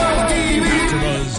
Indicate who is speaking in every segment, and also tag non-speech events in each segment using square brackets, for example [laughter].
Speaker 1: AfterBuzz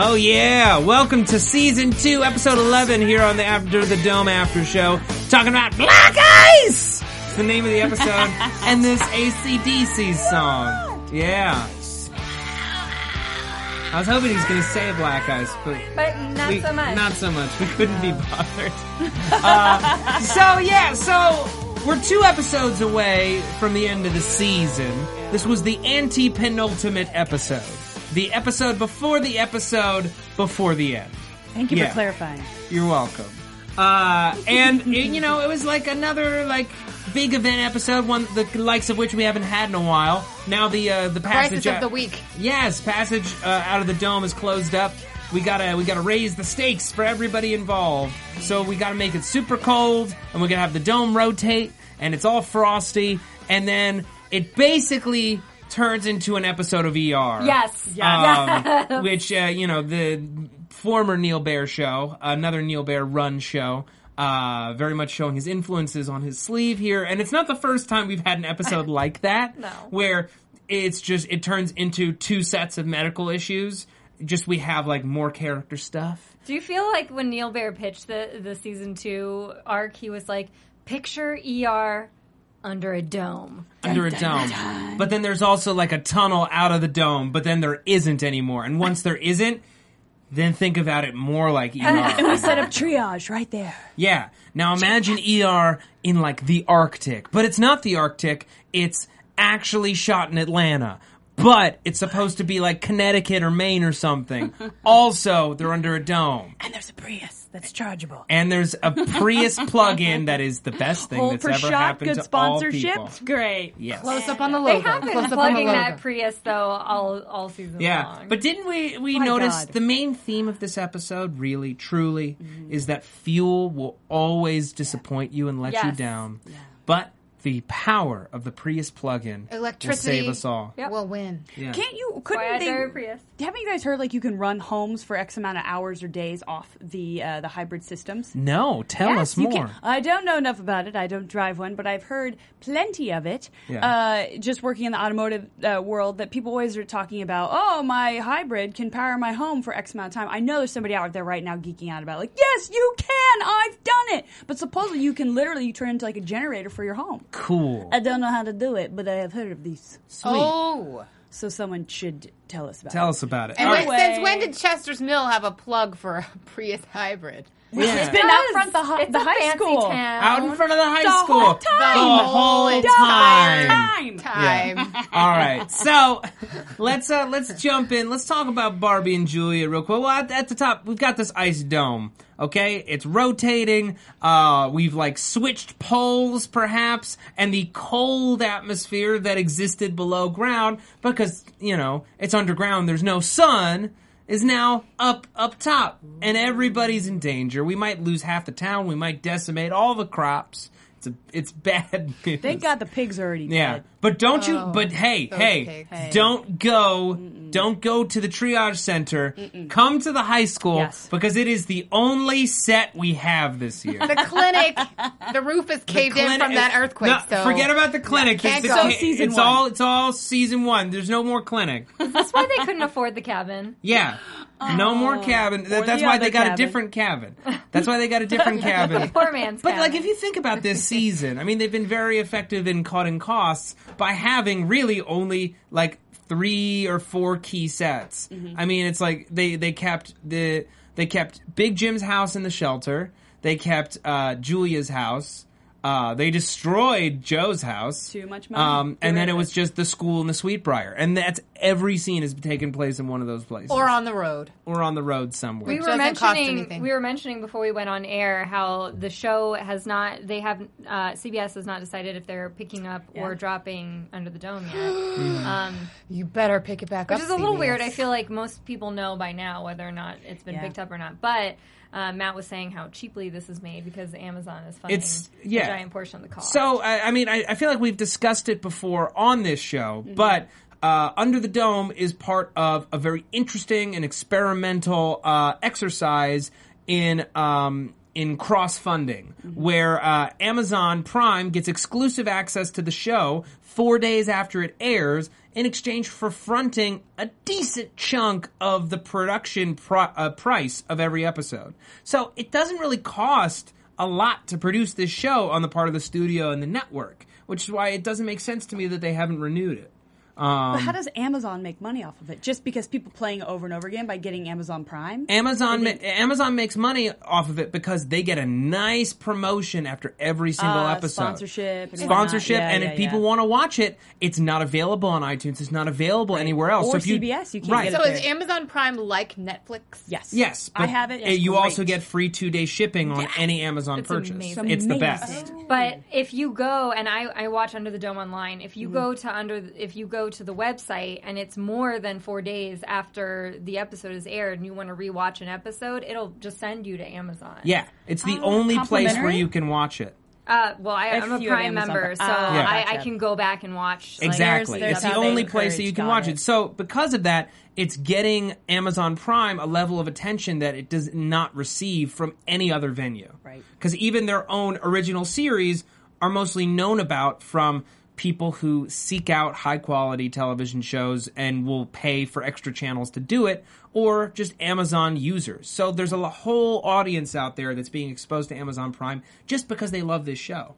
Speaker 2: Oh yeah, welcome to season two, episode 11 here on the After the Dome After Show, talking about Black Ice! It's the name of the episode, and this ACDC song. Yeah. I was hoping he was going to say Black Ice, but
Speaker 3: But not
Speaker 2: we-
Speaker 3: so much.
Speaker 2: Not so much. We couldn't be
Speaker 3: [laughs]
Speaker 2: bothered. uh, so yeah, so we're two episodes away from the end of the season. This was the anti-penultimate episode, the episode before the episode before the end.
Speaker 3: Thank you
Speaker 2: Yeah.
Speaker 3: for clarifying.
Speaker 2: You're welcome. Uh, and it- you know, it was like another like big event episode, one the likes of which we haven't had in a while. Now the uh, the passage
Speaker 3: Crisis of
Speaker 2: out-
Speaker 3: the week.
Speaker 2: Yes, passage uh, out of the dome is closed up. We gotta we gotta raise the stakes for everybody involved. So we gotta make it super cold, and we're gonna have the dome rotate, and it's all frosty, and then it basically turns into an episode of ER.
Speaker 3: Yes.
Speaker 4: [laughs]
Speaker 2: Um, which uh, you know the former Neil Bear show, another Neil Bear run show. Uh, very much showing his influences on his sleeve here, and it's not the first time we've had an
Speaker 4: [laughs]
Speaker 2: episode like that,
Speaker 3: No.
Speaker 2: where it's just it turns into two sets of medical issues. Just we have like more character stuff.
Speaker 3: Do you feel like when Neil Bear pitched the, the season two arc, he was like, picture ER under a dome.
Speaker 2: under a dome. But then there's also like a tunnel out of the dome, but then there isn't anymore. And once there isn't, then think about it more like
Speaker 4: [laughs]
Speaker 2: ER.
Speaker 4: set up triage right there.
Speaker 2: yeah. Now imagine ER in like the Arctic. But it's not the Arctic, it's actually shot in Atlanta. But it's supposed to be like Connecticut or Maine or something. Also, they're under a dome.
Speaker 4: And there's a Prius that's chargeable.
Speaker 2: And there's a Prius plug-in that is the best thing that's ever happened to all people.
Speaker 4: Great.
Speaker 2: Yes.
Speaker 5: Close up on the
Speaker 3: They
Speaker 5: logo.
Speaker 3: have been
Speaker 5: Close up on the
Speaker 3: plugging
Speaker 5: logo.
Speaker 3: that Prius though all all season
Speaker 2: Yeah,
Speaker 3: long.
Speaker 2: but didn't we we notice
Speaker 4: God.
Speaker 2: the main theme of this episode really truly is that fuel will always disappoint you and let you
Speaker 3: Yes.
Speaker 2: down, but the power of the Prius plug-in
Speaker 5: Electricity
Speaker 2: will save us all.
Speaker 3: Yep.
Speaker 5: will win.
Speaker 2: Yeah.
Speaker 4: Can't you?
Speaker 3: Why
Speaker 4: Couldn't
Speaker 3: is there a
Speaker 4: they?
Speaker 3: Prius?
Speaker 4: Haven't you guys heard like you can run homes for X amount of hours or days off the uh, the hybrid systems?
Speaker 2: No, tell us
Speaker 4: you
Speaker 2: more.
Speaker 4: can- I don't know enough about it. I don't drive one, but I've heard plenty of it.
Speaker 2: Yeah.
Speaker 4: Uh, just working in the automotive uh, world, that people always are talking about. Oh, my hybrid can power my home for X amount of time. I know there's somebody out there right now geeking out about, it. like, yes, you can. I've done it. But supposedly you can literally turn into like a generator for your home.
Speaker 2: Cool.
Speaker 4: I don't know how to do it, but I have heard of these.
Speaker 2: Sweet.
Speaker 5: Oh.
Speaker 4: So someone should tell us about.
Speaker 2: Tell
Speaker 4: it.
Speaker 2: us about it.
Speaker 5: And
Speaker 2: All
Speaker 5: wait,
Speaker 2: right.
Speaker 5: since when did Chester's Mill have a plug for a Prius hybrid?
Speaker 2: Yeah.
Speaker 4: It's been out front the, hi-
Speaker 3: It's
Speaker 4: the
Speaker 3: a
Speaker 4: high
Speaker 3: fancy
Speaker 4: school.
Speaker 3: town.
Speaker 2: out in front of the high
Speaker 4: The
Speaker 2: school
Speaker 4: whole time.
Speaker 2: the whole
Speaker 5: The whole
Speaker 2: time.
Speaker 4: Time.
Speaker 5: Time.
Speaker 2: All right, so let's uh, let's jump in. Let's talk about Barbie and Julia real quick. Well, at, at the top, we've got this ice dome. Okay, it's rotating. Uh, we've like switched poles, perhaps, and the cold atmosphere that existed below ground because you know it's underground. There's no sun. Is now up up top, and everybody's in danger. We might lose half the town. We might decimate all the crops. It's a, it's bad. [laughs] News.
Speaker 4: Thank God the pig's already
Speaker 2: Yeah,
Speaker 4: dead.
Speaker 2: but don't you?
Speaker 5: oh,
Speaker 2: But hey, hey,
Speaker 5: pigs. Hey.
Speaker 2: don't go, don't go to the triage center. Come to the high school
Speaker 4: Yes.
Speaker 2: because it is the only set we have this year.
Speaker 5: The clinic, the roof is caved in from that earthquake.
Speaker 2: No,
Speaker 5: so
Speaker 2: forget about the clinic.
Speaker 5: No,
Speaker 2: it's
Speaker 5: can't
Speaker 2: the
Speaker 5: go.
Speaker 2: ca-
Speaker 5: So
Speaker 4: season
Speaker 2: it's
Speaker 4: one.
Speaker 2: all it's all season one. There's no more
Speaker 4: [laughs]
Speaker 2: clinic.
Speaker 3: That's why they couldn't afford the cabin.
Speaker 2: [laughs] Yeah. No more cabin. That-
Speaker 4: Oh. Or
Speaker 2: that's
Speaker 4: the
Speaker 2: why they
Speaker 4: other
Speaker 2: got a
Speaker 4: cabin.
Speaker 2: different cabin. That's why they got a
Speaker 4: [laughs]
Speaker 2: different cabin.
Speaker 3: Poor man's
Speaker 2: But
Speaker 3: cabin.
Speaker 2: like, if you think about this season, I mean, they've been very effective in cutting costs by having really only like three or four key sets. I mean, it's like they they kept the they kept Big Jim's house in the shelter. They kept uh, Julia's house. Uh, they destroyed Joe's house.
Speaker 4: Too much money.
Speaker 2: Um, and then
Speaker 4: Get rid
Speaker 2: it
Speaker 4: of
Speaker 2: was
Speaker 4: it.
Speaker 2: just the school and the Sweetbriar, and that's every scene has taken place in one of those places,
Speaker 5: or on the road.
Speaker 2: or on the road somewhere.
Speaker 3: we were
Speaker 5: doesn't cost
Speaker 3: mentioning
Speaker 5: anything.
Speaker 3: we were mentioning before we went on air how the show has not they have uh, CBS has not decided if they're picking up or dropping Under
Speaker 2: [gasps]
Speaker 3: the Dome
Speaker 2: Mm.
Speaker 3: yet, um,
Speaker 5: You better pick it back up.
Speaker 3: which is a little
Speaker 5: CBS.
Speaker 3: weird. I feel like most people know by now whether or not it's been
Speaker 4: Yeah.
Speaker 3: picked up or not. But uh, Matt was saying how cheaply this is made because Amazon is funding
Speaker 2: It's- yeah.
Speaker 3: a giant portion of the cost.
Speaker 2: So I, I mean, I, I feel like we've discussed it before on this show,
Speaker 3: Mm-hmm.
Speaker 2: but uh, Under the Dome is part of a very interesting and experimental uh, exercise in um, in cross funding,
Speaker 3: Mm-hmm.
Speaker 2: where uh, Amazon Prime gets exclusive access to the show four days after it airs. In exchange for fronting a decent chunk of the production pro- uh, price of every episode, so it doesn't really cost a lot to produce this show on the part of the studio and the network, which is why it doesn't make sense to me that they haven't renewed it.
Speaker 4: But
Speaker 2: Um,
Speaker 4: how does Amazon make money off of it? Just because people playing it over and over again by getting Amazon Prime?
Speaker 2: Amazon ma- Amazon makes money off of it because they get a nice promotion after every single
Speaker 4: Ah,
Speaker 2: episode.
Speaker 4: sponsorship and whatnot.
Speaker 2: sponsorship,
Speaker 4: Yeah,
Speaker 2: and
Speaker 4: yeah,
Speaker 2: if people
Speaker 4: yeah.
Speaker 2: want to watch it, it's not available on iTunes. It's not available anywhere else.
Speaker 4: Or
Speaker 2: so if you,
Speaker 4: CBS, you can't
Speaker 2: right.
Speaker 4: get it
Speaker 5: So
Speaker 4: there.
Speaker 5: is Amazon Prime like Netflix?
Speaker 4: yes.
Speaker 2: Yes,
Speaker 4: I
Speaker 2: but eh,
Speaker 4: have it.
Speaker 2: You
Speaker 4: Great.
Speaker 2: also get free two day shipping on any Amazon purchase.
Speaker 3: amazing.
Speaker 2: It's the
Speaker 4: Amazing.
Speaker 2: best.
Speaker 3: But if you go and I, I watch Under the Dome online, if you
Speaker 2: Mm-hmm.
Speaker 3: go to under if you go to the website and it's more than four days after the episode is aired and you want to rewatch an episode, it'll just send you to Amazon.
Speaker 2: Yeah, it's the only place where
Speaker 4: Oh, complimentary?
Speaker 2: you can watch it.
Speaker 3: Uh, well, I, I'm a
Speaker 4: you have
Speaker 3: Prime
Speaker 4: Amazon
Speaker 3: member,
Speaker 4: Prime.
Speaker 3: so
Speaker 4: Ah,
Speaker 2: Yeah.
Speaker 3: I, I
Speaker 4: gotcha.
Speaker 3: can go back and watch. like-
Speaker 2: Exactly.
Speaker 4: there's
Speaker 2: it's the
Speaker 4: how they
Speaker 2: only place that
Speaker 4: encourage-
Speaker 2: you can
Speaker 4: got
Speaker 2: watch
Speaker 4: it.
Speaker 2: it. So because of that, it's getting Amazon Prime a level of attention that it does not receive from any other venue.
Speaker 4: Right.
Speaker 2: Because even their own original series are mostly known about from people who seek out high quality television shows and will pay for extra channels to do it or just Amazon users. So there's a l- whole audience out there that's being exposed to Amazon Prime just because they love this show.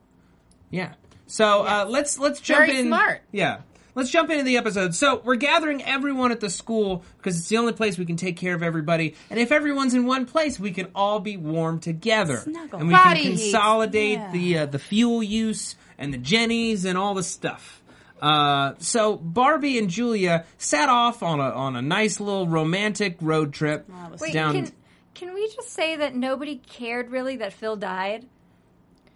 Speaker 2: Yeah. So uh, let's let's jump
Speaker 5: Very
Speaker 2: in.
Speaker 5: smart.
Speaker 2: Yeah. Let's jump into the episode. So we're gathering everyone at the school because it's the only place we can take care of everybody. And if everyone's in one place, we can all be warm together,
Speaker 4: Snuggle.
Speaker 2: and we
Speaker 5: Body
Speaker 2: can
Speaker 5: heat.
Speaker 2: consolidate the uh, the fuel use and the jennies and all the stuff. Uh, so Barbie and Julia set off on a on a nice little romantic road trip
Speaker 3: Wait,
Speaker 2: down.
Speaker 3: can can we just say that nobody cared really that Phil died?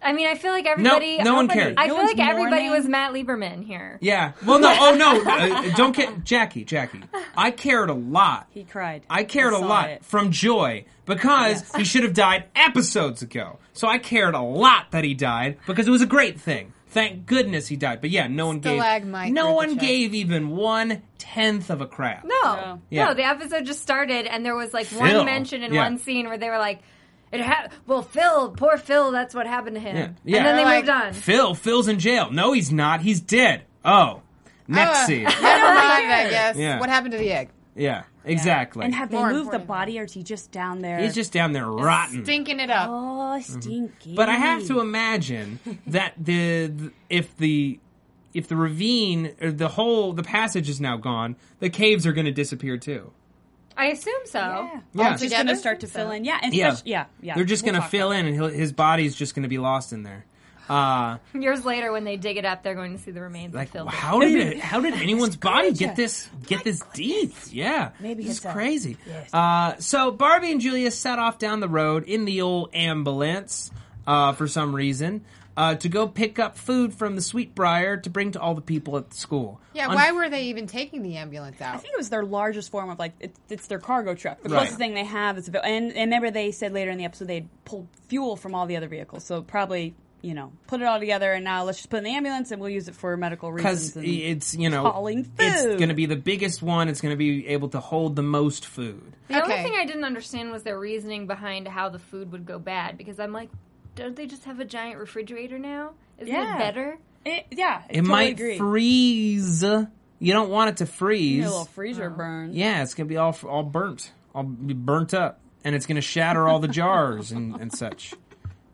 Speaker 3: I mean, I feel like everybody.
Speaker 2: no one cared.
Speaker 3: I
Speaker 4: No
Speaker 3: feel like
Speaker 4: one's
Speaker 3: everybody
Speaker 4: mourning.
Speaker 3: was Matt Lieberman here.
Speaker 2: yeah. Well, no. Oh no. [laughs] Uh, don't care, Jackie. Jackie. I cared a lot.
Speaker 4: He cried.
Speaker 2: I cared a
Speaker 4: saw
Speaker 2: lot
Speaker 4: it.
Speaker 2: from Joy because he should have died episodes ago. So I cared a lot that he died because it was a great thing. Thank goodness he died. But yeah, no one
Speaker 5: Stalagmite
Speaker 2: gave no
Speaker 5: with the
Speaker 2: one
Speaker 5: chest.
Speaker 2: gave even one tenth of a crap.
Speaker 3: No.
Speaker 4: No.
Speaker 3: No,
Speaker 2: Yeah.
Speaker 3: the episode just started and there was like
Speaker 2: Phil.
Speaker 3: one mention in
Speaker 2: Yeah.
Speaker 3: one scene where they were like, it ha- well, Phil, poor Phil, that's what happened to him.
Speaker 2: Yeah. Yeah.
Speaker 3: And then they
Speaker 5: They're
Speaker 3: moved
Speaker 5: like,
Speaker 3: on.
Speaker 2: Phil, Phil's in jail. No, he's not. He's dead. Oh, next
Speaker 5: Uh,
Speaker 2: scene.
Speaker 5: Never mind, I guess.
Speaker 2: Yeah.
Speaker 5: What happened to the egg?
Speaker 2: Yeah, exactly.
Speaker 4: And have they
Speaker 5: More
Speaker 4: moved the
Speaker 5: important.
Speaker 4: body or is he just down there?
Speaker 2: he's just down there rotten.
Speaker 5: Stinking it up.
Speaker 4: Oh, stinky.
Speaker 2: But I have
Speaker 4: Mm-hmm.
Speaker 2: to imagine that the, the if the if the ravine or the whole the passage is now gone, the caves are going to disappear too.
Speaker 3: I assume so.
Speaker 4: Yeah.
Speaker 2: Yeah.
Speaker 4: It's just going to start to fill in. Yeah. And
Speaker 2: Yeah.
Speaker 4: especially- yeah. yeah.
Speaker 2: They're just
Speaker 4: We'll
Speaker 2: going to
Speaker 4: talk
Speaker 2: fill
Speaker 4: about
Speaker 2: in, and he'll, his body's just going to be lost in there. Uh,
Speaker 3: Years later, when they dig it up, they're going to see the remains
Speaker 2: like,
Speaker 3: of Phil.
Speaker 2: how did it, how did anyone's body get this get this deep? Yeah,
Speaker 4: Maybe
Speaker 2: this is
Speaker 4: it's a-
Speaker 2: crazy. Uh, so Barbie and Julia set off down the road in the old ambulance uh, for some reason uh, to go pick up food from the Sweetbriar to bring to all the people at the school.
Speaker 5: Yeah,
Speaker 2: Un-
Speaker 5: why were they even taking the ambulance
Speaker 4: I
Speaker 5: out?
Speaker 4: think it was their largest form of like it, it's their cargo truck, the
Speaker 2: Right.
Speaker 4: closest thing they have. Is avail- and, and remember they said later in the episode they would pulled fuel from all the other vehicles, so probably you know put it all together and now let's just put it in the ambulance and we'll use it for medical reasons.
Speaker 2: because
Speaker 4: and-
Speaker 2: it's you know
Speaker 4: hauling
Speaker 2: it's
Speaker 4: food.
Speaker 2: going to be the biggest one. It's going to be able to hold the most food.
Speaker 3: The only
Speaker 5: Okay.
Speaker 3: thing I didn't understand was their reasoning behind how the food would go bad because I'm like, don't they just have a giant refrigerator now? Isn't
Speaker 4: Yeah.
Speaker 3: it better?
Speaker 4: It- yeah, I
Speaker 2: It
Speaker 4: totally
Speaker 2: might
Speaker 4: agree.
Speaker 2: freeze. You don't want it to
Speaker 4: a
Speaker 2: freeze.
Speaker 4: little freezer burn.
Speaker 2: Yeah, it's gonna be all all burnt, all be burnt up, and it's gonna shatter all the jars and, and such,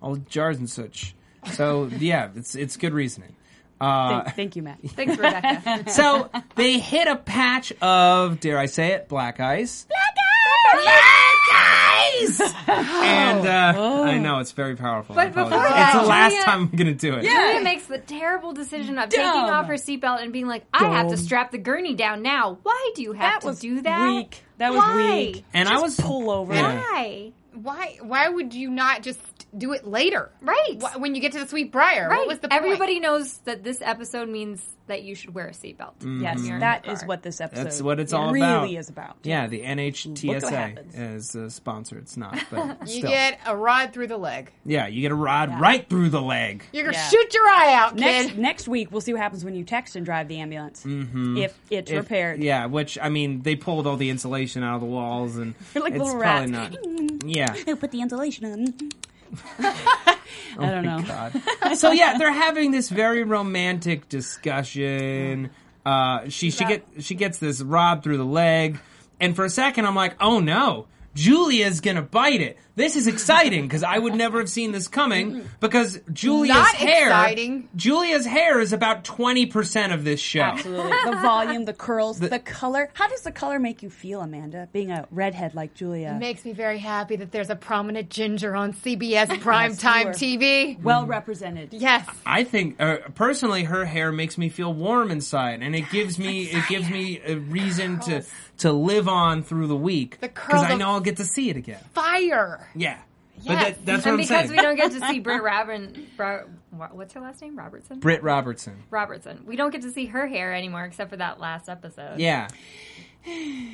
Speaker 2: all the jars and such. So yeah, it's it's good reasoning. Uh,
Speaker 4: Thank, thank you, Matt.
Speaker 3: Thanks,
Speaker 4: [laughs]
Speaker 3: Rebecca.
Speaker 2: So they hit a patch of, dare I say it, black ice. Black ice. and uh,
Speaker 4: Oh.
Speaker 2: I know it's very powerful. I
Speaker 3: But before
Speaker 2: apologize.
Speaker 3: that,
Speaker 2: it's the last
Speaker 3: Julia-
Speaker 2: time I'm gonna do it.
Speaker 4: Yeah.
Speaker 3: Julia makes the terrible decision of taking
Speaker 4: Dumb.
Speaker 3: off her seatbelt and being like, I have to
Speaker 4: Dumb.
Speaker 3: strap the gurney down now. Why do you have
Speaker 4: That
Speaker 3: to
Speaker 4: was
Speaker 3: do that?
Speaker 4: weak. That was
Speaker 3: Why?
Speaker 4: weak.
Speaker 2: And I was
Speaker 4: pull over.
Speaker 2: Yeah.
Speaker 3: Why?
Speaker 5: Why? Why would you not just do it later?
Speaker 3: Right.
Speaker 5: Wh- when you get to the sweet briar.
Speaker 3: Right.
Speaker 5: What was the point?
Speaker 3: Everybody knows that this episode means that you should wear a seatbelt.
Speaker 4: Yes,
Speaker 3: when you're in
Speaker 4: that
Speaker 3: the
Speaker 4: is
Speaker 3: car.
Speaker 4: what this episode
Speaker 2: That's what it's all
Speaker 4: really
Speaker 2: about.
Speaker 4: is about.
Speaker 2: Yeah, the
Speaker 4: Look what happens.
Speaker 2: NHTSA is a sponsor. It's not,
Speaker 4: [laughs]
Speaker 2: but
Speaker 5: You
Speaker 2: still.
Speaker 5: get a rod through the leg.
Speaker 2: yeah, you get a rod right through the leg.
Speaker 5: You're gonna
Speaker 4: Yeah.
Speaker 5: shoot your eye out, kid.
Speaker 4: Next next week we'll see what happens when you text and drive the ambulance. If it's
Speaker 2: Mm-hmm. If-
Speaker 4: repaired.
Speaker 2: Yeah, which I mean, they pulled all the insulation out of the walls,
Speaker 4: [laughs]
Speaker 2: and
Speaker 4: They're like
Speaker 2: it's
Speaker 4: little
Speaker 2: probably
Speaker 4: rats.
Speaker 2: not.
Speaker 4: [laughs]
Speaker 2: Yeah.
Speaker 4: They'll Put the insulation on. I don't know.
Speaker 2: Oh
Speaker 4: [laughs]
Speaker 2: God. so yeah, they're having this very romantic discussion. Uh, she she get she gets this rod through the leg, and for a second I'm like, oh no. Julia's gonna bite it. This is exciting because I would never have seen this coming. Because Julia's
Speaker 5: Not
Speaker 2: hair,
Speaker 5: exciting.
Speaker 2: Julia's hair is about twenty percent of this show.
Speaker 4: Absolutely. The volume, the curls, the, color. How does the color make you feel, Amanda? Being a redhead like Julia,
Speaker 5: [laughs] Makes me very happy that there's a prominent ginger
Speaker 4: [laughs]
Speaker 5: on CBS primetime
Speaker 4: you
Speaker 5: TV.
Speaker 4: well represented.
Speaker 5: Yes.
Speaker 2: I think uh, personally, her hair makes me feel warm inside, and it gives me it gives me a reason to to live on through the week
Speaker 5: The
Speaker 2: because I
Speaker 5: curls
Speaker 2: know
Speaker 5: of-
Speaker 2: I'll get to see it again.
Speaker 5: Fire.
Speaker 2: Yeah, but
Speaker 5: Yes.
Speaker 2: that, that's what
Speaker 3: And
Speaker 2: I'm
Speaker 3: because
Speaker 2: saying.
Speaker 3: we don't get to see
Speaker 4: [laughs]
Speaker 3: Britt Robin, Bro, what- what's her last name? Robertson.
Speaker 2: Britt Robertson.
Speaker 3: Robertson. We don't get to see her hair anymore, except for that last episode.
Speaker 2: Yeah,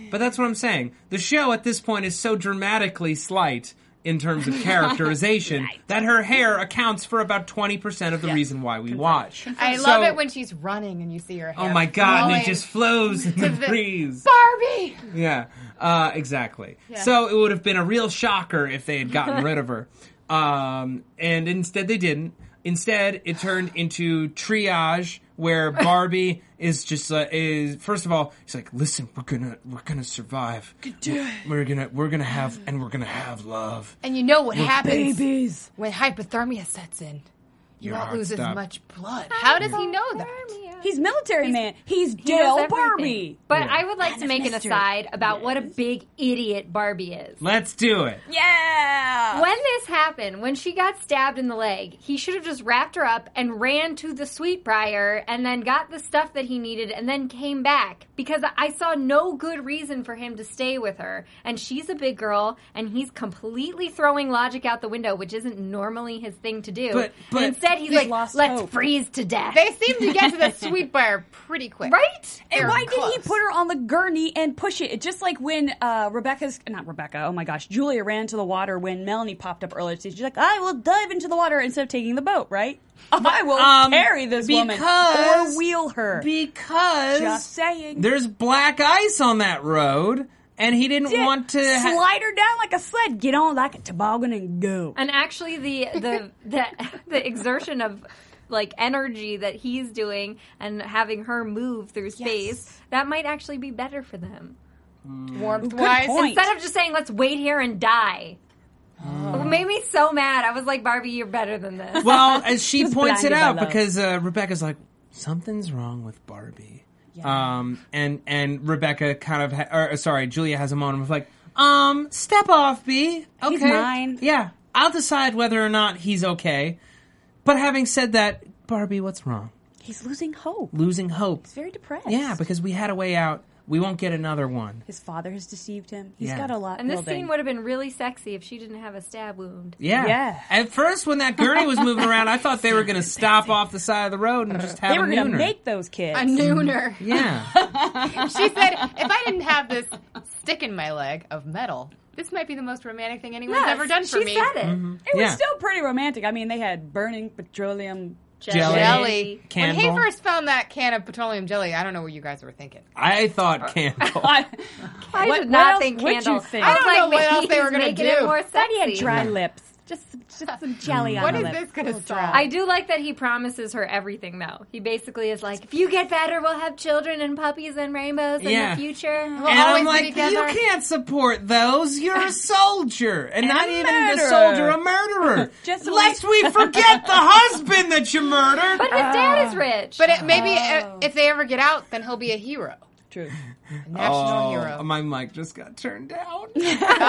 Speaker 2: but that's what I'm saying. The show at this point is so dramatically slight in terms of
Speaker 5: [laughs]
Speaker 2: characterization that her hair accounts for about twenty percent of the reason why we watch.
Speaker 5: I
Speaker 2: So-
Speaker 5: love it when she's running and you see her hair.
Speaker 2: Oh my god! And
Speaker 5: flowing.
Speaker 2: it just flows in the
Speaker 5: the-
Speaker 2: breeze.
Speaker 5: Barbie!
Speaker 2: Yeah, uh, exactly. So it would have been a real shocker if they had gotten rid of her. Um, and instead, they didn't. Instead, it turned into triage where Barbie is just uh, is first of all, she's like, "Listen, we're gonna we're gonna survive. We're gonna we're gonna have and we're gonna have love.
Speaker 5: And you know what happens
Speaker 4: Babies.
Speaker 5: when hypothermia sets in. You
Speaker 2: Your
Speaker 5: won't
Speaker 2: heart
Speaker 5: lose as
Speaker 2: stop.
Speaker 5: much blood. How does he know that?
Speaker 4: He's military man.
Speaker 3: He
Speaker 4: He's
Speaker 3: knows
Speaker 4: Dale
Speaker 3: everything.
Speaker 4: Barbie.
Speaker 3: But I would like to make an
Speaker 4: Mister.
Speaker 3: aside about what a big idiot Barbie is.
Speaker 2: Let's do it."
Speaker 4: Yeah.
Speaker 3: When this happened, when she got stabbed in the leg, he should have just wrapped her up and ran to the sweetbriar and then got the stuff that he needed and then came back because I saw no good reason for him to stay with her. And she's a big girl and he's completely throwing logic out the window, which isn't normally his thing to do.
Speaker 2: But-
Speaker 3: And
Speaker 2: but-
Speaker 3: instead, he's
Speaker 4: He's
Speaker 3: like,
Speaker 4: lost
Speaker 3: let's
Speaker 4: hope."
Speaker 3: freeze to death.
Speaker 5: They seem to get to the sweet bar pretty quick.
Speaker 3: right?
Speaker 4: And
Speaker 5: They're
Speaker 4: why did he
Speaker 5: close.
Speaker 4: put her on the gurney and push it? It's just like when uh, Rebecca's not Rebecca. Oh my gosh, Julia ran to the water when Melanie popped up earlier. She's like, I will dive into the water instead of taking the boat. Right? I will
Speaker 2: um,
Speaker 4: carry this woman
Speaker 2: because-
Speaker 4: or wheel her.
Speaker 2: Because
Speaker 4: Just saying.
Speaker 2: there's black ice on that road, and he didn't
Speaker 4: Did.
Speaker 2: want to ha-
Speaker 4: slide her down like a sled. Get on like a toboggan and go.
Speaker 3: And actually, the
Speaker 4: [laughs]
Speaker 3: the the, the exertion of like energy that he's doing and having her move through space that might actually be better for them
Speaker 5: Warmth
Speaker 4: Good
Speaker 5: wise.
Speaker 4: point.
Speaker 3: instead of just saying let's wait here and die
Speaker 5: Oh.
Speaker 3: it made me so mad i was like barbie you're better than this
Speaker 4: [laughs]
Speaker 2: well, as she points it
Speaker 4: blinded by
Speaker 2: out,
Speaker 4: love.
Speaker 2: because uh, Rebecca's like, something's wrong with Barbie. Um, and and Rebecca kind of, ha- or, uh, sorry, Julia has a moment of like, um, step off, B. Okay,
Speaker 4: mine.
Speaker 2: Yeah, I'll decide whether or not he's okay. But having said that, Barbie, what's wrong?
Speaker 4: He's losing hope.
Speaker 2: Losing hope.
Speaker 4: Very depressed.
Speaker 2: Yeah, because we had a way out. We won't get another one.
Speaker 4: his father has deceived him. He's
Speaker 2: Yeah.
Speaker 4: got a lot.
Speaker 3: and this
Speaker 4: building.
Speaker 3: scene would have been really sexy if she didn't have a stab wound
Speaker 2: Yeah.
Speaker 4: Yeah.
Speaker 2: At first, when that gurney was moving around, I thought they were going to stop off the side of the road and just have
Speaker 4: they were
Speaker 2: a
Speaker 4: gonna
Speaker 2: nooner.
Speaker 4: make those kids.
Speaker 5: A nooner.
Speaker 4: [laughs]
Speaker 2: yeah.
Speaker 5: She said, if I didn't have this stick in my leg of metal, this might be the most romantic thing anyone's
Speaker 3: Yes,
Speaker 5: ever done for
Speaker 3: she
Speaker 5: me.
Speaker 3: said it
Speaker 4: It was
Speaker 2: Mm-hmm. Yeah.
Speaker 4: still pretty romantic. I mean, they had
Speaker 2: [laughs]
Speaker 4: burning petroleum.
Speaker 2: Jelly.
Speaker 5: Jelly. When he
Speaker 2: Candle.
Speaker 5: first found that can of petroleum jelly, I don't know what you guys were thinking.
Speaker 2: I thought candle.
Speaker 4: I
Speaker 2: [laughs]
Speaker 3: i
Speaker 4: What-
Speaker 3: did
Speaker 4: what
Speaker 3: not
Speaker 4: else
Speaker 3: think
Speaker 4: would you
Speaker 3: candle
Speaker 4: think?
Speaker 3: was
Speaker 4: I
Speaker 5: don't know what
Speaker 3: maybe
Speaker 5: else they were
Speaker 3: he's
Speaker 5: gonna
Speaker 3: making it
Speaker 5: do. Mm.
Speaker 3: more
Speaker 4: thought he had
Speaker 3: sexy.
Speaker 4: dry lips. Just, some- just some jelly on
Speaker 5: What
Speaker 4: the
Speaker 5: is
Speaker 4: lip.
Speaker 5: this going to stop?
Speaker 3: I do like that he promises her everything, though. He basically is like, if you get better, we'll have children and puppies and rainbows
Speaker 2: Yeah.
Speaker 3: in the future.
Speaker 2: And
Speaker 5: always
Speaker 2: I'm
Speaker 5: be
Speaker 2: like, you
Speaker 5: together.
Speaker 2: can't support those. You're a soldier, and, not
Speaker 4: a
Speaker 2: even a
Speaker 4: murderer.
Speaker 2: soldier, a murderer.
Speaker 4: [laughs] Just a
Speaker 2: Lest we forget
Speaker 4: [laughs]
Speaker 2: the husband that you murdered.
Speaker 3: but his dad is rich.
Speaker 5: Oh. But it, maybe
Speaker 3: Oh.
Speaker 5: uh if they ever get out, then he'll be a hero,
Speaker 2: [laughs]
Speaker 4: True.
Speaker 5: a
Speaker 2: Oh,
Speaker 5: national
Speaker 4: [laughs]
Speaker 5: hero.
Speaker 2: my mic just got turned down. [laughs]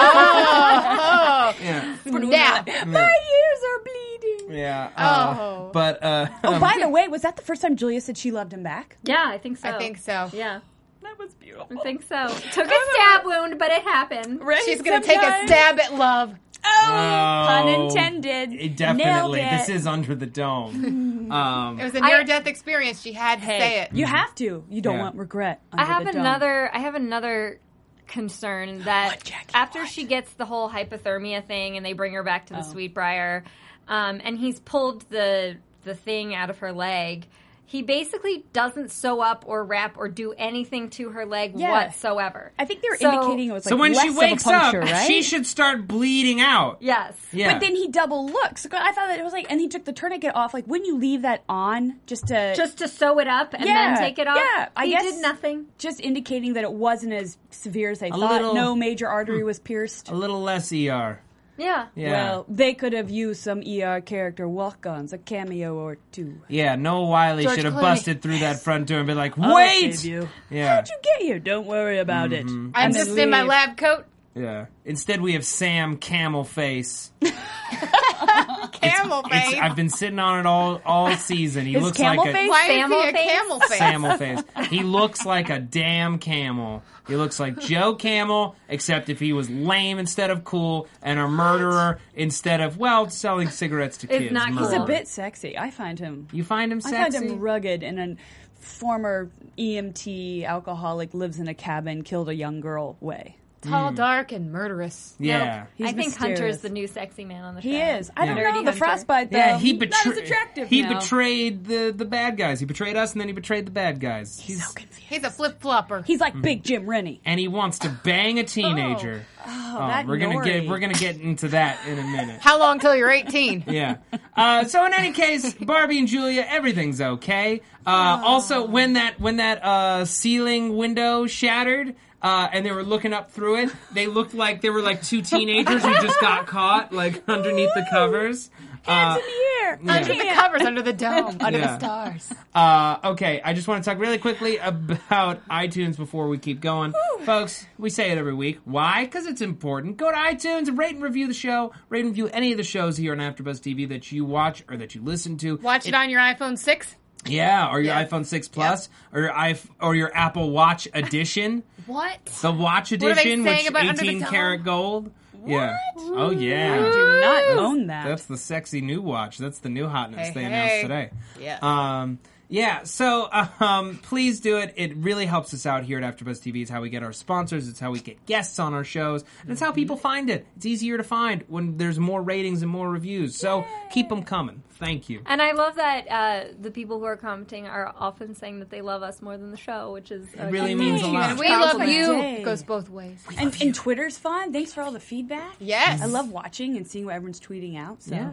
Speaker 5: Oh,
Speaker 2: Yeah.
Speaker 4: and
Speaker 5: Yeah.
Speaker 4: they're like, my ears are bleeding.
Speaker 2: Yeah. uh,
Speaker 5: Oh.
Speaker 2: But uh,
Speaker 4: Oh, by the way, was that the first time Julia said she loved him back?
Speaker 3: Yeah, I think so.
Speaker 5: I think so.
Speaker 3: Yeah,
Speaker 4: That was beautiful.
Speaker 3: I think
Speaker 5: [laughs]
Speaker 3: so. Took a stab wound, but it happened.
Speaker 5: She's gonna take a stab at love.
Speaker 4: Oh, pun
Speaker 2: Oh,
Speaker 4: intended.
Speaker 2: it definitely.
Speaker 4: Nailed it.
Speaker 2: This is under the
Speaker 4: [laughs]
Speaker 2: dome. um,
Speaker 5: It was a near-death experience. She had to say it.
Speaker 4: You have to. You don't
Speaker 2: Mm-hmm. Yeah.
Speaker 4: want regret.
Speaker 3: I
Speaker 4: under
Speaker 3: have
Speaker 4: the dome.
Speaker 3: another. I have another
Speaker 4: [gasps]
Speaker 3: concern
Speaker 4: What,
Speaker 3: that
Speaker 4: Jackie,
Speaker 3: after
Speaker 4: what? Oh.
Speaker 3: she gets the whole hypothermia thing, and they bring her back to the Sweetbriar, um, and he's pulled the the thing out of her leg. He basically doesn't sew up or wrap or do anything to her leg
Speaker 4: Yeah.
Speaker 3: whatsoever.
Speaker 4: I think they were
Speaker 3: So-
Speaker 4: indicating it was like
Speaker 2: so when
Speaker 4: less
Speaker 2: she
Speaker 4: of a
Speaker 2: wakes
Speaker 4: puncture,
Speaker 2: up,
Speaker 4: right?
Speaker 2: she should start bleeding out.
Speaker 3: Yes.
Speaker 2: Yeah.
Speaker 4: But then he double looks. I thought that it was like, and he took the tourniquet off. Like, wouldn't you leave that on just to
Speaker 3: Just to sew it up and
Speaker 4: Yeah,
Speaker 3: then take it off.
Speaker 4: yeah, I
Speaker 3: he
Speaker 4: guess-
Speaker 3: did nothing.
Speaker 4: just indicating that it wasn't as severe as they thought?
Speaker 2: little- Hmm.
Speaker 4: no major artery was pierced.
Speaker 2: a little less ER.
Speaker 3: Yeah.
Speaker 2: Yeah.
Speaker 4: Well, they could have used some ER character walk-ons, a cameo or two.
Speaker 2: yeah, Noah Wiley
Speaker 5: George
Speaker 2: should have
Speaker 5: Clooney.
Speaker 2: busted through that front door and been like,
Speaker 4: I'll
Speaker 2: "Wait!"
Speaker 4: save you.
Speaker 2: Yeah. Mm-hmm.
Speaker 4: How'd you get here? Don't worry about it.
Speaker 5: I'm
Speaker 4: And then
Speaker 5: just in my
Speaker 4: leave.
Speaker 5: lab coat.
Speaker 2: yeah. Instead, we have Sam Camel Face.
Speaker 5: Camel
Speaker 2: It's,
Speaker 5: face.
Speaker 2: I've been sitting on it all
Speaker 4: [laughs]
Speaker 2: all season. He
Speaker 4: Is
Speaker 2: looks
Speaker 4: camel
Speaker 2: like a
Speaker 4: face
Speaker 5: Why is
Speaker 3: Camel
Speaker 5: he a
Speaker 3: face?
Speaker 5: camel face?
Speaker 2: camel face. He looks like a damn camel. He looks like Joe Camel, except if he was lame instead of cool, and a murderer instead of well selling cigarettes to
Speaker 3: It's
Speaker 2: kids.
Speaker 3: not cool.
Speaker 4: He's a
Speaker 2: murderer.
Speaker 4: bit sexy. I find him.
Speaker 2: You find him sexy.
Speaker 4: I find him rugged and a former EMT alcoholic lives in a cabin, killed a young girl way.
Speaker 5: Tall, dark, and murderous.
Speaker 2: yeah.
Speaker 4: He's
Speaker 3: I think
Speaker 4: mysterious.
Speaker 3: Hunter's the new sexy man on the show.
Speaker 4: He is. I don't
Speaker 2: Yeah.
Speaker 4: know
Speaker 3: Dirty
Speaker 4: the
Speaker 3: Hunter.
Speaker 4: frostbite though.
Speaker 2: Yeah, he
Speaker 4: um, Not as
Speaker 2: betrayed.
Speaker 4: attractive
Speaker 2: He
Speaker 4: now.
Speaker 2: betrayed the the bad guys. He betrayed us, and then he betrayed the bad guys. He's,
Speaker 4: So confused.
Speaker 5: He's a flip flopper.
Speaker 4: He's like Big Jim Rennie.
Speaker 2: and he wants to bang a teenager. Oh,
Speaker 4: that
Speaker 2: we're gonna get
Speaker 4: Nori.
Speaker 2: we're gonna get into that in a minute.
Speaker 5: How long till you're 18?
Speaker 2: Yeah. Uh, so in any case, Barbie and Julia, everything's okay.
Speaker 4: Oh.
Speaker 2: Uh, also, when that when that uh, ceiling window shattered. Uh, and they were looking up through it. They looked like they were like two teenagers who just got caught, like underneath the covers. Uh,
Speaker 4: Hands in the air.
Speaker 2: yeah.
Speaker 5: Under the covers, under the dome, under
Speaker 2: Yeah.
Speaker 5: the stars.
Speaker 2: Uh, okay, I just want to talk really quickly about iTunes before we keep going. Folks, we say it every week. Why? Because it's important. Go to iTunes and rate and review the show. Rate and review any of the shows here on AfterBuzz TV that you watch or that you listen to.
Speaker 5: Watch it on your iPhone 6.
Speaker 2: Yeah, or your
Speaker 5: Yeah.
Speaker 2: iPhone 6 Plus, or your iPh- or your Apple Watch
Speaker 5: [laughs]
Speaker 2: Edition.
Speaker 5: What?
Speaker 2: The Watch
Speaker 5: are they
Speaker 2: Edition,
Speaker 5: saying
Speaker 2: which
Speaker 5: about Under the
Speaker 2: 18
Speaker 5: Dome?
Speaker 2: karat gold. Yeah. Oh
Speaker 4: I
Speaker 2: yeah.
Speaker 4: do not own that.
Speaker 2: That's the sexy new watch. That's the new hotness
Speaker 5: Hey,
Speaker 2: they
Speaker 5: hey.
Speaker 2: announced today.
Speaker 5: Yeah.
Speaker 2: Um, yeah, so [laughs] um, please do it. It really helps us out here at AfterBuzz TV. It's how we get our sponsors. It's how we get guests on our shows. And it's how people find it. It's easier to find when there's more ratings and more reviews. So keep them coming. Thank you.
Speaker 3: And I love that uh, the people who are commenting are often saying that they love us more than the show, which is uh,
Speaker 2: really means a lot.
Speaker 5: we love
Speaker 4: Compliment.
Speaker 5: you.
Speaker 4: Yay.
Speaker 5: Goes both ways.
Speaker 4: and, and Twitter's fun. Thanks for all the feedback.
Speaker 5: Yes.
Speaker 4: I love watching and seeing what everyone's tweeting out. So
Speaker 2: Yeah.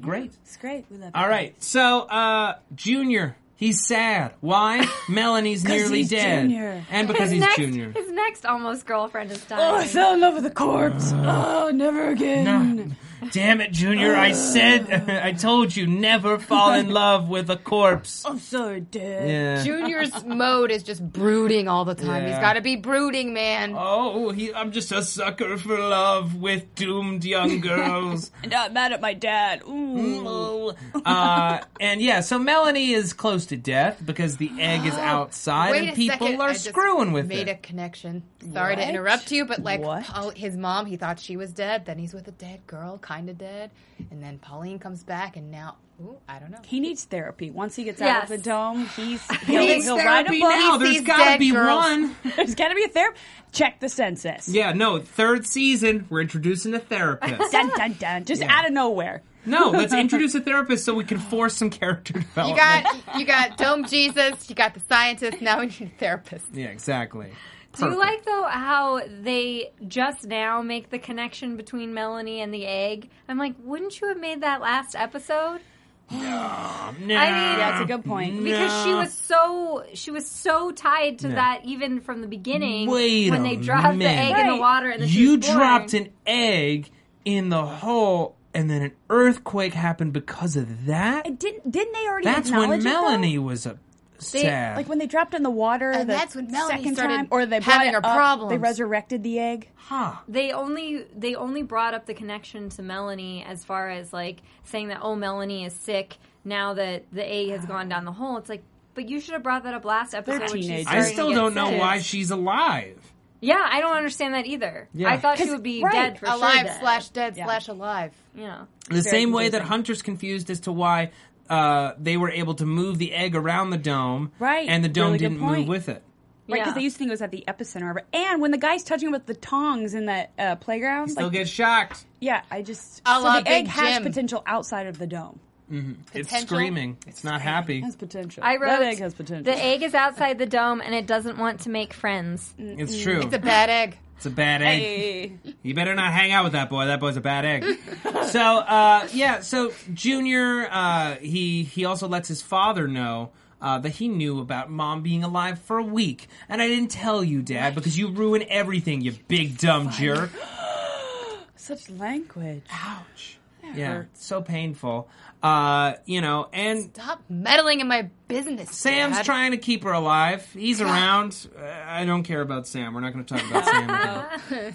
Speaker 2: Great.
Speaker 4: it's great. We love.
Speaker 2: All right. So, uh, Junior, he's sad. Why? Melanie's nearly
Speaker 4: he's
Speaker 2: dead.
Speaker 4: Junior.
Speaker 2: And because
Speaker 3: his
Speaker 2: he's
Speaker 3: next,
Speaker 2: Junior.
Speaker 3: [laughs] His next almost girlfriend is dying.
Speaker 4: Oh, I fell in love with a corpse. Oh, never again.
Speaker 2: Uh. No. Ah, Damn it, Junior. I said, [laughs] I told you, never fall in love with a corpse.
Speaker 4: I'm so dead.
Speaker 2: Yeah.
Speaker 5: Junior's mode is just brooding all the time.
Speaker 2: Yeah.
Speaker 5: He's got to be brooding, man.
Speaker 2: Oh, he, I'm just a sucker for love with doomed
Speaker 5: [laughs]
Speaker 2: young girls.
Speaker 4: And I'm mad at my dad.
Speaker 2: Mm.
Speaker 4: Ooh.
Speaker 2: uh, and yeah, so Melanie is close to death because the egg
Speaker 5: [gasps]
Speaker 2: is outside
Speaker 5: Wait
Speaker 2: and
Speaker 5: a
Speaker 2: people
Speaker 5: second, I
Speaker 2: are
Speaker 5: just
Speaker 2: screwing with
Speaker 5: made
Speaker 2: it.
Speaker 5: a connection. Sorry
Speaker 4: What?
Speaker 5: to interrupt you, but like
Speaker 4: What?
Speaker 5: Paul, his mom, he thought she was dead. Then he's with a dead girl, kind of dead, and then Pauline comes back, and now, ooh, I don't know.
Speaker 4: He needs therapy. Once he gets out
Speaker 3: Yes.
Speaker 4: of the dome, he's he'll,
Speaker 2: It's
Speaker 4: he'll write a
Speaker 2: therapy
Speaker 4: book.
Speaker 2: now.
Speaker 5: These
Speaker 2: There's got to
Speaker 5: dead
Speaker 2: be
Speaker 5: girls.
Speaker 2: one.
Speaker 4: [laughs] There's got to be a therapist. Check the census.
Speaker 2: Yeah, no, third season, we're introducing a
Speaker 5: [laughs]
Speaker 2: therapist.
Speaker 4: Dun dun dun. Just out of nowhere.
Speaker 2: no, let's introduce a therapist so we can force some character
Speaker 5: You
Speaker 2: development.
Speaker 4: Oh,
Speaker 5: got you got Dome Jesus, you got the scientist. Now [laughs] we need a therapist.
Speaker 2: Yeah, exactly.
Speaker 3: Do you
Speaker 2: Perfect.
Speaker 3: like though how they just now make the connection between Melanie and the egg? I'm like, wouldn't you have made that last episode?
Speaker 2: No.
Speaker 3: I mean-
Speaker 4: That's a good point.
Speaker 3: Because she
Speaker 2: No.
Speaker 3: was so she was so tied to
Speaker 2: No.
Speaker 3: that even from the beginning
Speaker 2: Wait
Speaker 3: when
Speaker 2: a
Speaker 3: they dropped the egg in
Speaker 4: Right.
Speaker 3: the water and then she
Speaker 2: you
Speaker 3: was born.
Speaker 2: dropped an egg in the hole, and then an earthquake happened because of that.
Speaker 4: Didn't didn't they already?
Speaker 2: That's
Speaker 4: acknowledge
Speaker 2: when
Speaker 4: it, though?
Speaker 2: Melanie was a
Speaker 4: They,
Speaker 2: Sad.
Speaker 4: Like when they dropped in the water
Speaker 5: And
Speaker 4: the
Speaker 5: that's when Melanie
Speaker 4: second
Speaker 5: started
Speaker 4: time, or they brought
Speaker 5: having
Speaker 4: it
Speaker 5: her
Speaker 4: up,
Speaker 5: problems.
Speaker 4: They resurrected the egg.
Speaker 3: they only they only brought up the connection to Melanie as far as like saying that oh Melanie is sick now that the egg
Speaker 4: Uh-huh.
Speaker 3: has gone down the hole. It's like, but you should have brought that up last episode. when she's
Speaker 4: teenagers.
Speaker 2: I
Speaker 3: starting to
Speaker 2: still
Speaker 3: get
Speaker 2: don't know
Speaker 3: sick.
Speaker 2: why she's alive.
Speaker 3: Yeah, I don't understand that either.
Speaker 2: Yeah.
Speaker 3: I thought she
Speaker 4: 'Cause-
Speaker 3: would be
Speaker 4: right,
Speaker 3: dead for sure.
Speaker 5: alive
Speaker 3: Dead.
Speaker 5: slash dead slash alive.
Speaker 3: yeah.
Speaker 2: The same way that
Speaker 4: confusing.
Speaker 2: Hunter's confused as to why uh, they were able to move the egg around the dome,
Speaker 4: Right.
Speaker 2: And the dome
Speaker 4: Really good
Speaker 2: didn't move
Speaker 4: point.
Speaker 2: with it.
Speaker 4: Right, because
Speaker 3: Yeah.
Speaker 4: they used to think it was at the epicenter. But, and when the guy's touching him with the tongs in that uh, playground,
Speaker 2: Still
Speaker 4: like,
Speaker 2: get shocked.
Speaker 4: yeah, I just
Speaker 5: A la
Speaker 4: so the egg
Speaker 5: Big
Speaker 4: has
Speaker 5: Jim.
Speaker 4: potential outside of the dome.
Speaker 2: It's
Speaker 5: Potential.
Speaker 2: screaming. It's not happy.
Speaker 4: Has potential.
Speaker 3: I wrote
Speaker 4: that egg has potential.
Speaker 3: The egg is outside the dome and it doesn't want to make friends.
Speaker 2: It's true.
Speaker 5: It's a bad egg.
Speaker 2: It's a bad egg.
Speaker 4: Hey.
Speaker 2: You better not hang out with that boy. That boy's a bad egg. so uh, yeah, so Junior, uh, he he also lets his father know. Uh, that he knew about mom being alive for a week, and I didn't tell you, Dad, because you ruin everything, you big dumb jerk.
Speaker 4: Such language.
Speaker 2: Ouch. yeah, so painful. Uh, you know, and
Speaker 5: Stop meddling in my business.
Speaker 2: Sam's
Speaker 5: Dad.
Speaker 2: trying to keep her alive. He's around. Uh, I don't care about Sam. We're not going to talk about Sam.
Speaker 3: [laughs]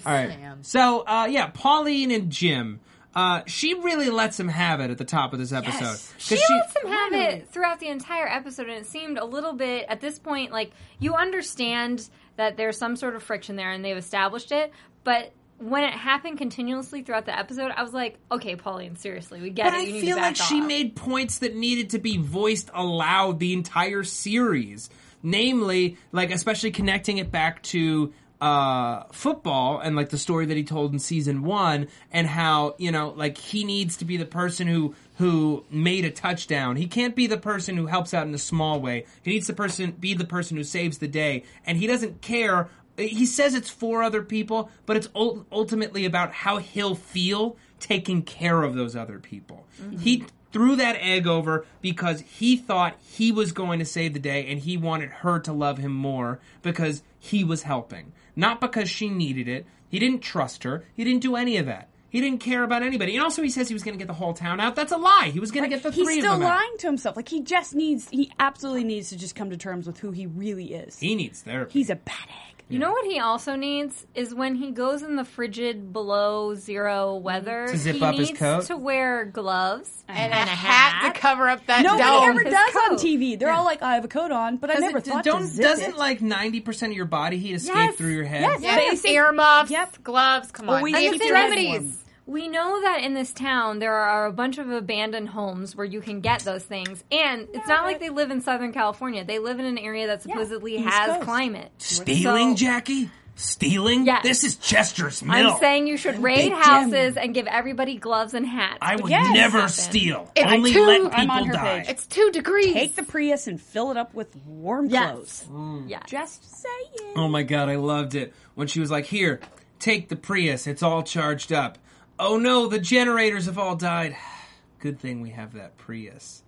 Speaker 2: Again. All right. So, uh, yeah, Pauline and Jim. Uh, she really lets him have it at the top of this episode. 'Cause
Speaker 3: She, lets him have it throughout the entire episode, and it seemed a little bit at this point like you understand that there's some sort of friction there, and they've established it. But when it happened continuously throughout the episode, I was like, okay, Pauline, seriously, we get
Speaker 2: But
Speaker 3: it.
Speaker 2: I
Speaker 3: you need to
Speaker 2: feel
Speaker 3: back
Speaker 2: like she
Speaker 3: off.
Speaker 2: made points that needed to be voiced aloud the entire series. Namely, like, especially connecting it back to uh, football and, like, the story that he told in season one and how, you know, like, he needs to be the person who. Who made a touchdown? He can't be the person who helps out in a small way. He needs the person be the person who saves the day, and he doesn't care he says it's for other people, but it's ul- ultimately about how he'll feel taking care of those other people.
Speaker 4: Mm-hmm.
Speaker 2: He threw that egg over because he thought he was going to save the day and he wanted her to love him more because he was helping, not because she needed it. He didn't trust her. He didn't do any of that. He didn't care about anybody. And also, he says he was going to get the whole town out. That's a lie. He was going to get the
Speaker 4: He's
Speaker 2: three
Speaker 4: still
Speaker 2: of them out.
Speaker 4: lying to himself. Like he just needs. He absolutely needs to just come to terms with who he really is.
Speaker 2: He needs therapy.
Speaker 4: He's a bad egg.
Speaker 3: You know what he also needs is when he goes in the frigid below zero weather.
Speaker 2: To zip
Speaker 3: he
Speaker 2: up his
Speaker 3: needs
Speaker 2: coat?
Speaker 3: to wear gloves
Speaker 5: and a hat, to cover up that
Speaker 4: Nobody
Speaker 5: dome.
Speaker 4: ever
Speaker 3: His
Speaker 4: does on
Speaker 3: coat.
Speaker 4: TV. They're all like, "I have a coat on," but I never
Speaker 2: Doesn't-
Speaker 4: thought to
Speaker 2: don't,
Speaker 4: zip
Speaker 2: doesn't
Speaker 4: it.
Speaker 2: like 90% of your body heat escape
Speaker 3: Yes.
Speaker 2: through your head?
Speaker 4: Yes.
Speaker 5: Yeah,
Speaker 4: Basic-
Speaker 5: earmuffs,
Speaker 4: Yep.
Speaker 5: gloves. Come on,
Speaker 4: we
Speaker 5: And
Speaker 4: keep
Speaker 5: it's
Speaker 4: your head
Speaker 5: remedies.
Speaker 3: We know that in this town there are a bunch of abandoned homes where you can get those things, and it's not like they live in Southern California. They live in an area that supposedly
Speaker 4: East
Speaker 3: has
Speaker 4: Coast.
Speaker 3: climate.
Speaker 2: Stealing,
Speaker 3: So-
Speaker 2: Jackie? Stealing?
Speaker 3: Yes.
Speaker 2: This is Chester's
Speaker 3: I'm
Speaker 2: Middle.
Speaker 3: saying you should raid
Speaker 4: Big Jim.
Speaker 3: houses and give everybody gloves and hats.
Speaker 2: I would
Speaker 4: Yes.
Speaker 2: never
Speaker 3: Happen.
Speaker 2: steal.
Speaker 5: If I
Speaker 2: Only
Speaker 5: too-
Speaker 2: let people
Speaker 4: I'm on her
Speaker 2: die.
Speaker 4: page.
Speaker 5: It's two degrees.
Speaker 4: Take the Prius and fill it up with warm
Speaker 3: Yes.
Speaker 4: clothes.
Speaker 3: yeah.
Speaker 4: Just saying.
Speaker 2: Oh my god, I loved it. When she was like, Here, take the Prius, it's all charged up. Oh no, the generators have all died. [sighs] Good thing we have that Prius.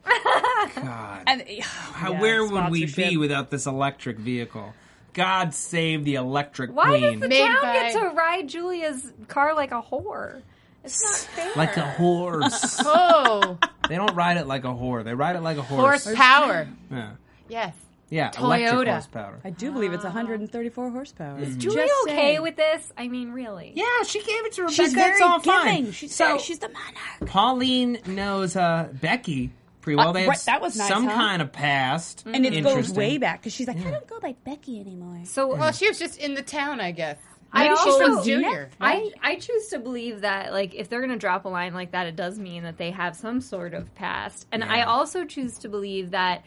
Speaker 2: God.
Speaker 4: And [sighs]
Speaker 2: How,
Speaker 4: yeah,
Speaker 2: where would we be
Speaker 4: sponsorship.
Speaker 2: without this electric vehicle? God save the electric
Speaker 3: Why
Speaker 2: queen.
Speaker 3: does the
Speaker 5: Made
Speaker 3: town
Speaker 5: by-
Speaker 3: get to ride Julia's car like a whore? It's not fair.
Speaker 2: like a horse.
Speaker 3: [laughs]
Speaker 5: oh,
Speaker 2: they don't ride it like a whore. They ride it like a horse.
Speaker 5: horsepower.
Speaker 2: Yeah.
Speaker 5: Yes.
Speaker 2: Yeah, electric
Speaker 5: Toyota.
Speaker 2: horsepower.
Speaker 4: I do believe it's
Speaker 2: Ah.
Speaker 4: 134 horsepower.
Speaker 3: Julia
Speaker 5: Just
Speaker 3: okay
Speaker 5: saying.
Speaker 3: with this? I mean, really?
Speaker 2: Yeah, she gave it to Rebecca.
Speaker 4: She's very
Speaker 2: it's all
Speaker 4: giving.
Speaker 2: fine.
Speaker 4: She's
Speaker 2: so
Speaker 4: she's the monarch.
Speaker 2: Pauline knows uh, Becky pretty well.
Speaker 4: Uh,
Speaker 2: they have
Speaker 4: right, that was nice,
Speaker 2: some
Speaker 4: huh?
Speaker 2: kind of past,
Speaker 4: And it goes
Speaker 2: Interesting.
Speaker 4: way back because she's like, I don't go by Becky anymore.
Speaker 3: So
Speaker 5: Well, she was just in the town, I guess.
Speaker 3: I
Speaker 5: Maybe she's
Speaker 3: also-
Speaker 5: from Junior.
Speaker 3: I, I choose to believe that like if they're gonna drop a line like that, it does mean that they have some sort of past. And I also choose to believe that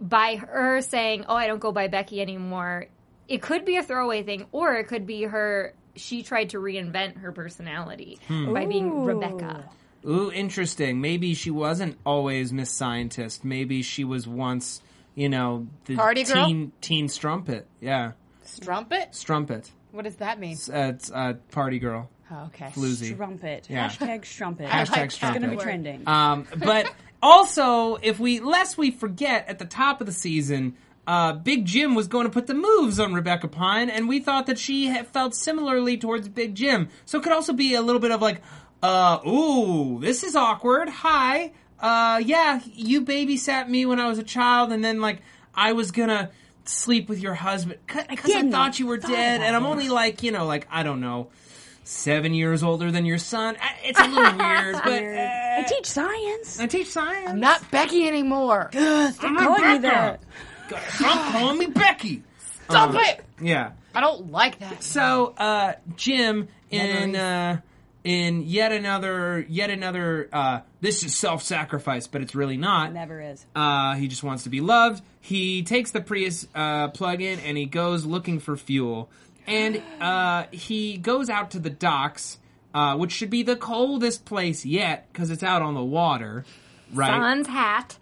Speaker 3: by her saying, "Oh, I don't go by Becky anymore," it could be a throwaway thing, or it could be her. She tried to reinvent her personality
Speaker 2: Hmm.
Speaker 3: by being Rebecca.
Speaker 2: Ooh, interesting. Maybe she wasn't always Miss Scientist. Maybe she was once, you know, the
Speaker 5: Party girl?
Speaker 2: teen teen strumpet. Yeah,
Speaker 5: Strumpet?
Speaker 2: strumpet.
Speaker 5: What does that mean?
Speaker 2: It's, uh, it's uh, party girl.
Speaker 5: Oh, okay.
Speaker 2: Floozy.
Speaker 4: Strumpet.
Speaker 2: Yeah.
Speaker 4: Hashtag strumpet.
Speaker 2: Hashtag
Speaker 5: like that
Speaker 4: It's gonna be
Speaker 2: strumpet.
Speaker 5: word.
Speaker 4: trending.
Speaker 2: Um, but also, if we lest we forget at the top of the season, uh, Big Jim was going to put the moves on Rebecca Pine, and we thought that she ha- felt similarly towards Big Jim. So it could also be a little bit of like, uh, ooh, this is awkward. Hi, uh, yeah, you babysat me when I was a child, and then like. I was gonna sleep with your husband because I
Speaker 4: Didn't
Speaker 2: thought you were
Speaker 4: thought
Speaker 2: dead,
Speaker 4: about
Speaker 2: and I'm only like you know, like I don't know, seven years older than your son. I, it's a
Speaker 4: [laughs]
Speaker 2: little weird, but uh,
Speaker 4: I teach science.
Speaker 2: I teach science.
Speaker 5: I'm not Becky anymore.
Speaker 2: I'm
Speaker 4: calling me
Speaker 2: Becca. Stop calling me Becky.
Speaker 5: Stop
Speaker 2: Um,
Speaker 5: it!
Speaker 2: Yeah.
Speaker 5: Uh, I don't like that.
Speaker 2: So uh, Jim in
Speaker 5: Memories.
Speaker 2: uh, in yet another yet another uh, this is self sacrifice, but it's really not.
Speaker 4: Never is.
Speaker 2: Uh, he just wants to be loved. He takes the Prius uh, plug-in and he goes looking for fuel. And uh, he goes out to the docks, uh, which should be the coldest place yet because it's out on the water, right? Hmm.
Speaker 3: Don's hat.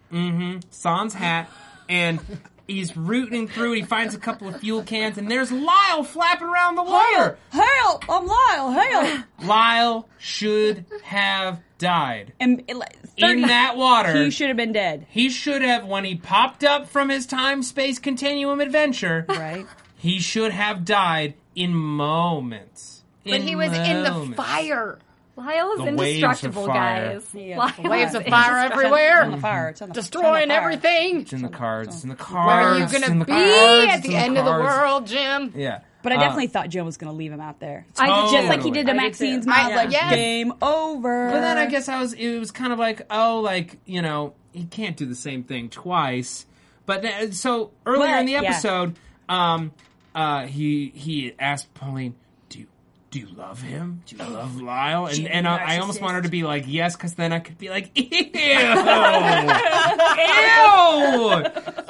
Speaker 2: Sans hat, and he's rooting through. He finds a couple of fuel cans, and there's Lyle flapping around the water.
Speaker 4: Hail! I'm
Speaker 2: [gasps]
Speaker 4: Lyle. Hail!
Speaker 2: Lyle should have died
Speaker 4: and it, like,
Speaker 2: in
Speaker 4: thirty-
Speaker 2: that water.
Speaker 4: he should have been dead.
Speaker 2: He should have, when he popped up from his time space continuum adventure, [laughs]
Speaker 4: Right.
Speaker 2: he should have died in moments.
Speaker 5: But he was in the fire.
Speaker 3: Lyle is
Speaker 2: The waves of
Speaker 3: indestructible,
Speaker 2: fire.
Speaker 3: guys.
Speaker 4: Yeah,
Speaker 3: Lyle
Speaker 5: Waves
Speaker 3: is [laughs]
Speaker 5: of fire everywhere.
Speaker 4: On the fire. It's on the it's on the
Speaker 5: Destroying
Speaker 4: fire.
Speaker 5: everything.
Speaker 2: It's in the cards. It's in the
Speaker 5: Where
Speaker 2: cards.
Speaker 5: are you
Speaker 2: it's in
Speaker 5: gonna
Speaker 2: the
Speaker 5: be
Speaker 2: cards,
Speaker 5: at
Speaker 2: it's
Speaker 5: the
Speaker 2: in
Speaker 5: end of the
Speaker 2: cards.
Speaker 5: world, Jim?
Speaker 2: Yeah.
Speaker 4: But I
Speaker 2: Uh,
Speaker 4: definitely thought Jim was going to leave him out there.
Speaker 3: I
Speaker 4: Just like he
Speaker 2: Totally.
Speaker 4: did to
Speaker 3: I did
Speaker 4: Maxine's
Speaker 3: too.
Speaker 4: mom.
Speaker 5: I-
Speaker 4: like,
Speaker 5: yes.
Speaker 4: game over.
Speaker 2: But then I guess I was. It was kind of like, oh, like you know, he can't do the same thing twice. But then, so earlier
Speaker 4: But,
Speaker 2: in the
Speaker 4: yeah.
Speaker 2: episode, um, uh, he he asked Pauline, "Do you do you love him? Do you love Lyle?" And and I, I almost
Speaker 4: narcissist.
Speaker 2: wanted to be like, "Yes," because then I could be like, "Ew,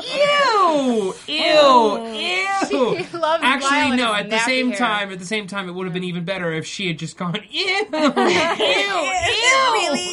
Speaker 2: ew, ew, ew."
Speaker 5: She [laughs] loves Lyle
Speaker 2: Actually,
Speaker 5: and
Speaker 2: no.
Speaker 5: his
Speaker 2: At the
Speaker 5: nappy
Speaker 2: same
Speaker 5: hair.
Speaker 2: time, at the same time, it would have been even better if she had just gone, [laughs] "Ew, ew." Really?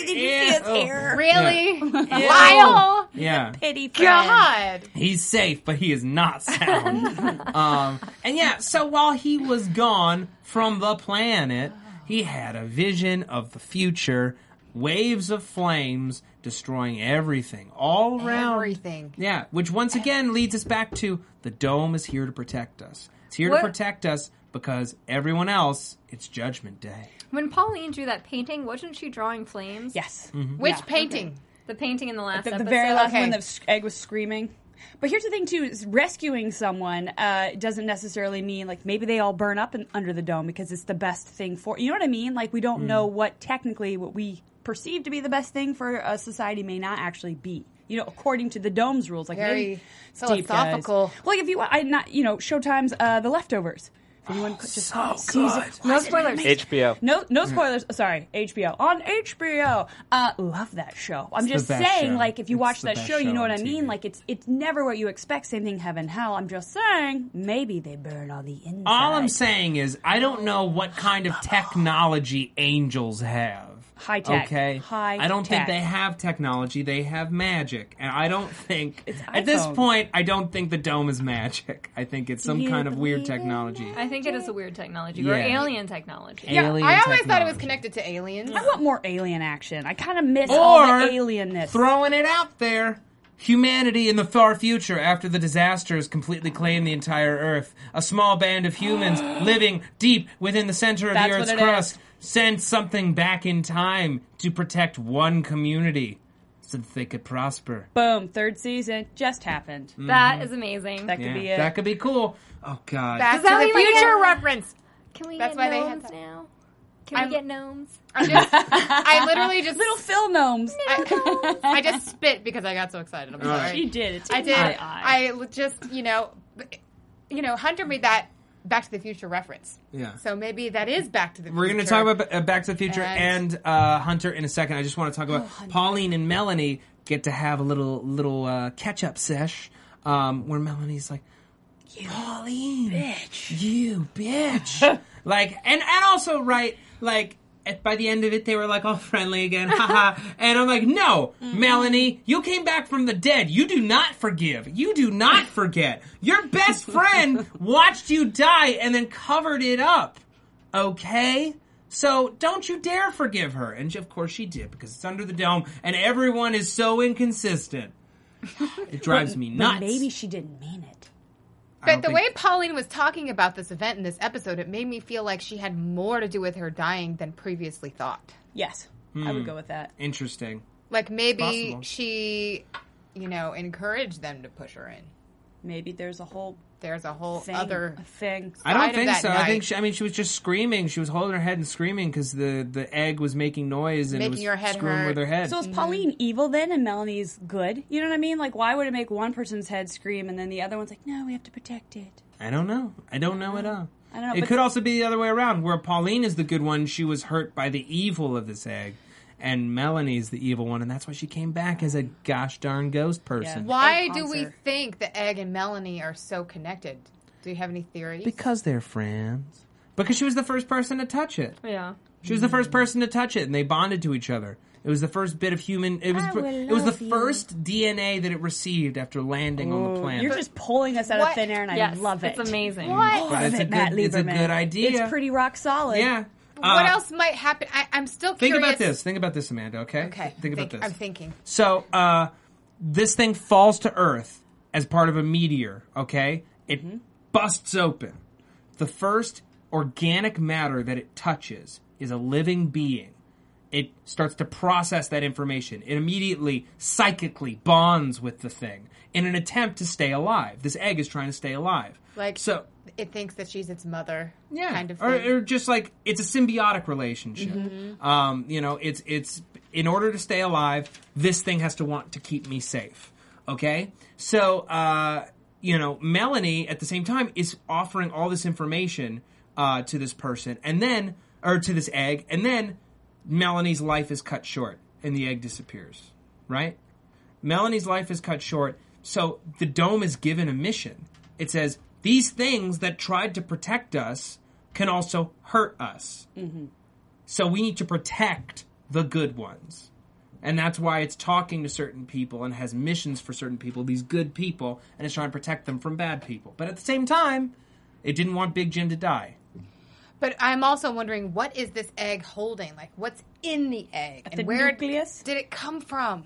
Speaker 2: Did you see his hair? [laughs]
Speaker 5: Really?
Speaker 2: Oh, Yeah.
Speaker 5: Lyle?
Speaker 2: Yeah.
Speaker 4: pity for
Speaker 5: God.
Speaker 2: He's safe, but he is [laughs] not sound. um, and yeah, so while he was gone from the planet, he had a vision of the future, waves of flames destroying everything all around.
Speaker 5: Everything.
Speaker 2: Yeah, which once again leads us back to the dome is here to protect us. It's here
Speaker 3: What-
Speaker 2: to protect us because everyone else, it's judgment day.
Speaker 3: When Pauline drew that painting, wasn't she drawing flames?
Speaker 4: Yes.
Speaker 5: Which painting?
Speaker 3: The painting in the last
Speaker 4: The, the
Speaker 3: episode.
Speaker 4: very last
Speaker 5: Okay.
Speaker 4: one, the s- egg was screaming. But here's the thing, too: is rescuing someone uh, doesn't necessarily mean like maybe they all burn up in, under the dome because it's the best thing for you know what I mean. Like we don't
Speaker 2: Hmm.
Speaker 4: know what technically what we perceive to be the best thing for a society may not actually be. You know, according to the dome's rules, like
Speaker 5: Very
Speaker 4: maybe it's deep, guys.
Speaker 5: philosophical.
Speaker 4: Well, like if you, I not you know, Showtime's uh, The Leftovers. If anyone could just
Speaker 2: Oh, so
Speaker 4: sees
Speaker 2: good.
Speaker 4: it-
Speaker 3: No spoilers.
Speaker 6: HBO.
Speaker 4: no, no
Speaker 2: Mm.
Speaker 4: spoilers. Sorry, HBO on HBO. Uh, love that show. I'm just
Speaker 2: the best
Speaker 4: saying,
Speaker 2: show.
Speaker 4: like, if you
Speaker 2: It's
Speaker 4: watch
Speaker 2: the
Speaker 4: that
Speaker 2: best
Speaker 4: show, you
Speaker 2: show
Speaker 4: know what
Speaker 2: on
Speaker 4: I mean.
Speaker 2: TV.
Speaker 4: Like, it's it's never what you expect. Same thing, heaven, hell. I'm just saying, maybe they burn all the inside.
Speaker 2: All I'm saying is, I don't know what kind of technology angels have.
Speaker 4: High tech.
Speaker 2: Okay.
Speaker 4: High
Speaker 2: I don't
Speaker 4: tech.
Speaker 2: think they have technology. They have magic, and I don't think at this
Speaker 4: iPhone.
Speaker 2: point, I don't think the dome is magic. I think it's some kind of weird technology.
Speaker 3: I think it is a weird technology or
Speaker 2: Yeah.
Speaker 3: alien technology.
Speaker 5: Yeah,
Speaker 2: Alien
Speaker 5: I always thought it
Speaker 2: technology.
Speaker 5: was connected to aliens.
Speaker 4: I want more alien action. I kind of miss all
Speaker 2: Or
Speaker 4: the alienness.
Speaker 2: throwing it out there. Humanity in the far future, after the disasters completely claim the entire Earth, a small band of
Speaker 4: [gasps]
Speaker 2: humans living deep within the center of
Speaker 4: That's
Speaker 2: the
Speaker 4: what
Speaker 2: Earth's
Speaker 4: it
Speaker 2: crust sent something back in time to protect one community so that they could prosper.
Speaker 4: Boom, third season just happened.
Speaker 3: That is amazing.
Speaker 4: That could
Speaker 2: Mm, Yeah,
Speaker 4: be it.
Speaker 2: that could be cool. Oh God,
Speaker 5: Back
Speaker 3: Does that
Speaker 5: to the
Speaker 3: mean we
Speaker 5: future
Speaker 3: get-
Speaker 5: reference.
Speaker 3: Can we
Speaker 5: That's
Speaker 3: get
Speaker 5: why they had
Speaker 3: gnomes
Speaker 5: that.
Speaker 3: now? Can
Speaker 5: I'm-
Speaker 3: we get gnomes?
Speaker 5: I just,
Speaker 2: [laughs]
Speaker 5: I literally just
Speaker 4: Little Phil gnomes.
Speaker 5: I, I just spit because I got so excited. I'm sorry.
Speaker 4: She did. It's
Speaker 5: I did.
Speaker 4: My eye.
Speaker 5: I l- just, you know, b- you know, Hunter made that Back to the Future reference.
Speaker 2: Yeah.
Speaker 5: So maybe that is Back to the Future.
Speaker 2: We're going to talk about uh, Back to the Future and,
Speaker 5: And- Oh,
Speaker 2: uh, Hunter in a second. I just want to talk about Pauline and Melanie get to have a little little uh, catch up sesh um, where Melanie's like, Pauline, bitch, you
Speaker 4: [laughs]
Speaker 2: bitch, like, and and also right, like. At, by the end of it, they were like all [laughs] friendly again, haha. And I'm like, no,
Speaker 4: Mm-hmm.
Speaker 2: Melanie, you came back from the dead. You do not forgive. You do not
Speaker 4: [laughs]
Speaker 2: forget. Your best friend watched you die and then covered it up okay? So don't you dare forgive her. And of course she did because it's under the dome and everyone is so
Speaker 4: [laughs]
Speaker 2: inconsistent. It drives me nuts.
Speaker 4: But maybe she didn't mean it.
Speaker 5: But the
Speaker 2: think-
Speaker 5: way Pauline was talking about this event in this episode, it made me feel like she had more to do with her dying than previously thought.
Speaker 4: Yes, I
Speaker 2: Hmm.
Speaker 4: would go with that.
Speaker 2: Interesting.
Speaker 5: Like maybe
Speaker 2: Possible.
Speaker 5: she, you know, encouraged them to push her in.
Speaker 4: Maybe there's a whole
Speaker 5: There's a whole
Speaker 4: thing,
Speaker 5: other.
Speaker 4: thing.
Speaker 2: I don't
Speaker 5: side of
Speaker 2: think
Speaker 5: that
Speaker 2: so. I think
Speaker 5: night.
Speaker 2: she, I mean she was just screaming. She was holding her head and screaming because the the egg was making noise and it
Speaker 5: Making
Speaker 2: was
Speaker 5: your head
Speaker 2: screwing
Speaker 5: hurt.
Speaker 2: with her head.
Speaker 3: Mm-hmm.
Speaker 4: So is Pauline evil then, and Melanie's good? You know what I mean? Like, why would it make one person's head scream and then the other one's like, no, we have to protect it?
Speaker 2: I don't know. I don't know at all.
Speaker 4: I don't know,
Speaker 2: It
Speaker 4: but-
Speaker 2: could also be the other way around, where Pauline is the good one. She was hurt by the evil of this egg, and Melanie's the evil one, and that's why she came back as a gosh darn ghost person.
Speaker 4: Yeah.
Speaker 5: Why
Speaker 4: Egg
Speaker 5: do we
Speaker 4: concert.
Speaker 5: think the egg and Melanie are so connected? Do you have any theories?
Speaker 2: Because they're friends. Because she was the first person to touch it.
Speaker 3: Yeah.
Speaker 2: She was the first person to touch it, and they bonded to each other. It was the first bit of human. It was.
Speaker 4: I will
Speaker 2: It was the
Speaker 4: love you.
Speaker 2: first DNA that it received after landing on
Speaker 5: Oh,
Speaker 2: the planet.
Speaker 4: You're just pulling us out of
Speaker 5: What?
Speaker 4: thin air, and
Speaker 3: Yes,
Speaker 4: I love it.
Speaker 3: It's amazing.
Speaker 5: what?
Speaker 4: Love
Speaker 2: It's a
Speaker 4: it, Matt
Speaker 2: good- it's a
Speaker 4: Lieberman.
Speaker 2: good idea.
Speaker 4: It's pretty rock solid.
Speaker 2: yeah.
Speaker 5: what
Speaker 2: Uh,
Speaker 5: else might happen? I, I'm still
Speaker 2: Think
Speaker 5: curious.
Speaker 2: about this. Think about this, Amanda. Okay.
Speaker 5: Okay.
Speaker 2: Think about
Speaker 5: think-
Speaker 2: this.
Speaker 5: I'm thinking.
Speaker 2: So, uh, this thing falls to Earth as part of a meteor, okay? It busts open. The first organic matter that it touches is a living being. It starts to process that information. It immediately psychically bonds with the thing in an attempt to stay alive. This egg is trying to stay alive.
Speaker 5: Like
Speaker 2: so
Speaker 5: it thinks that she's its mother.
Speaker 2: yeah,
Speaker 5: Kind of.
Speaker 2: or,
Speaker 5: thing. Mm-hmm.
Speaker 2: or just like it's a symbiotic relationship. Um, you know, it's it's in order to stay alive, this thing has to want to keep me safe. Okay, so uh, you know, Melanie at the same time is offering all this information uh, to this person, and then or to this egg, and then Melanie's life is cut short, and the egg disappears. Right? Melanie's life is cut short, so the dome is given a mission. It says, These things that tried to protect us can also hurt us. So we need to protect the good ones. And that's why it's talking to certain people and has missions for certain people, these good people, and it's trying to protect them from bad people. But at the same time, it didn't want Big Jim to die.
Speaker 5: But I'm also wondering what is this egg holding? Like what's in the egg?
Speaker 4: the
Speaker 5: where
Speaker 4: nucleus?
Speaker 5: did it come from?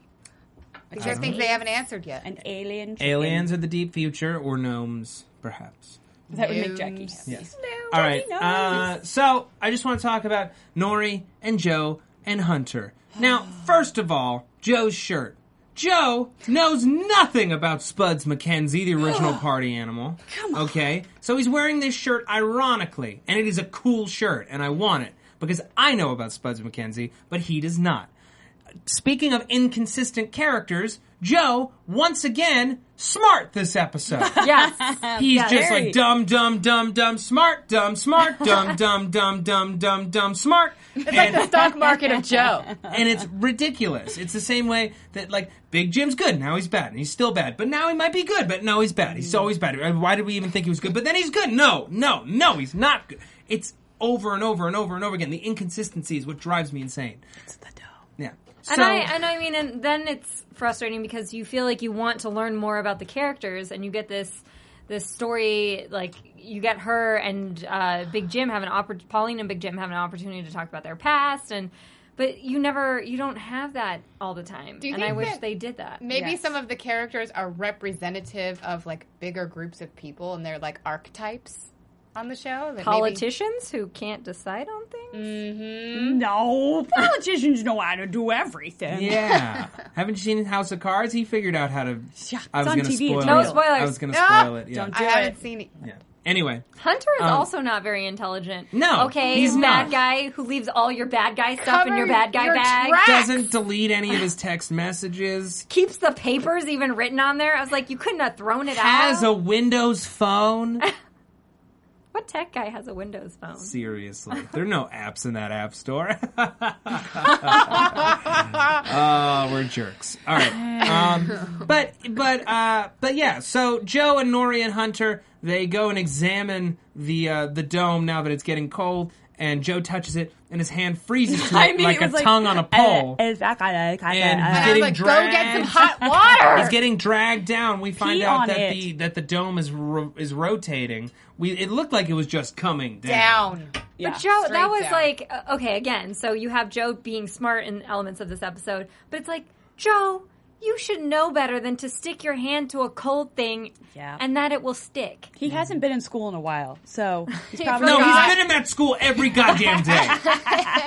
Speaker 5: These are things they haven't answered yet.
Speaker 4: [laughs] An alien. chicken.
Speaker 2: Aliens are the deep future, or gnomes, perhaps.
Speaker 4: That would make Jackie
Speaker 5: Gnomes.
Speaker 4: happy.
Speaker 2: Yes. All right. Uh, so I just want to talk about Nori and Joe and Hunter. [sighs] Now, first of all, Joe's shirt. Joe knows nothing about Spuds McKenzie, the original party animal. Come on. Okay, so he's wearing this shirt ironically, and it is a cool shirt, and I want it because I know about Spuds McKenzie, but he does not. Speaking of inconsistent characters, Joe once again smart this episode.
Speaker 3: Yes.
Speaker 2: He's just
Speaker 4: very.
Speaker 2: like dumb, dumb, dumb, dumb, smart, dumb, smart, dumb, dumb, dumb, dumb, dumb, dumb, smart.
Speaker 5: It's like the stock market of Joe.
Speaker 2: And it's ridiculous. It's the same way that like Big Jim's good, now he's bad, and he's still bad, but now he might be good, but no, he's bad. He's always bad. Uh, Why did we even think he was good? But then he's good. No, no, no, he's not good. It's over and over and over and over again. The inconsistency is what drives me insane.
Speaker 4: It's the dough.
Speaker 2: Yeah.
Speaker 3: and I and I mean, and then it's frustrating because you feel like you want to learn more about the characters, and you get this this story like you get her and uh, Big Jim have an oppor- Pauline and Big Jim have an opportunity to talk about their past, and but you never you don't have that all the time.
Speaker 5: you
Speaker 3: and I
Speaker 5: think
Speaker 3: wish
Speaker 5: that
Speaker 3: they did that.
Speaker 5: [laughs] Maybe
Speaker 4: Yes.
Speaker 5: some of the characters are representative of like bigger groups of people and they're like archetypes on the show. that
Speaker 3: Politicians who can't decide on things.
Speaker 4: No, politicians know how to do everything.
Speaker 2: yeah. Haven't you seen House of Cards? He figured out how to.
Speaker 4: Yeah,
Speaker 2: I was
Speaker 4: it's on
Speaker 2: gonna
Speaker 4: TV,
Speaker 2: spoil it.
Speaker 4: it's
Speaker 3: No real.
Speaker 2: I
Speaker 3: spoilers.
Speaker 2: was going to
Speaker 5: Ah!
Speaker 2: spoil it. Yeah.
Speaker 4: Don't
Speaker 5: Maybe, I
Speaker 4: Do
Speaker 5: haven't
Speaker 4: it.
Speaker 5: seen e-, it.
Speaker 2: yeah. Anyway.
Speaker 3: Hunter is
Speaker 2: Um,
Speaker 3: also not very intelligent.
Speaker 2: No,
Speaker 3: okay,
Speaker 2: he's
Speaker 3: bad
Speaker 2: not.
Speaker 3: guy who leaves all your bad guy stuff in
Speaker 5: Cover
Speaker 3: your bad guy
Speaker 5: your
Speaker 3: bag.
Speaker 5: tracks.
Speaker 2: doesn't delete any of his text messages.
Speaker 3: keeps the papers even written on there. I was like, you couldn't have thrown it
Speaker 2: Has a
Speaker 3: out.
Speaker 2: Windows
Speaker 4: [laughs]
Speaker 2: phone.
Speaker 3: what tech guy has a Windows phone?
Speaker 2: Seriously, there are no apps in that app
Speaker 4: [laughs]
Speaker 2: store. [laughs] Oh, we're jerks. All right. Um, but but uh, but yeah. So Joe and Nori and Hunter they go and examine the uh, the dome now that it's getting cold. And Joe touches it, and his hand freezes to it
Speaker 4: [laughs] I mean,
Speaker 2: like
Speaker 4: it
Speaker 2: a
Speaker 4: was like,
Speaker 2: tongue on a pole.
Speaker 4: Uh, exactly, kinda,
Speaker 2: And
Speaker 4: uh,
Speaker 5: And
Speaker 2: [laughs]
Speaker 5: I
Speaker 2: Getting
Speaker 5: was like, go get some
Speaker 2: dragged. [laughs]
Speaker 5: hot water.
Speaker 2: He's getting dragged down. We find
Speaker 4: Pee
Speaker 2: out
Speaker 4: on
Speaker 2: that
Speaker 4: it.
Speaker 2: the that the dome is ro- is rotating. We it looked like it was just coming down.
Speaker 5: down.
Speaker 4: yeah.
Speaker 3: But Joe,
Speaker 5: Straight
Speaker 3: that was
Speaker 5: down.
Speaker 3: like uh, okay. Again, so you have Joe being smart in elements of this episode, but it's like Joe, you should know better than to stick your hand to a cold thing,
Speaker 4: Yeah.
Speaker 3: and that it will stick.
Speaker 4: he hasn't been in school in a while,
Speaker 3: [laughs]
Speaker 4: so he's probably
Speaker 2: No,
Speaker 4: not- [laughs]
Speaker 2: he's been in that school every goddamn day.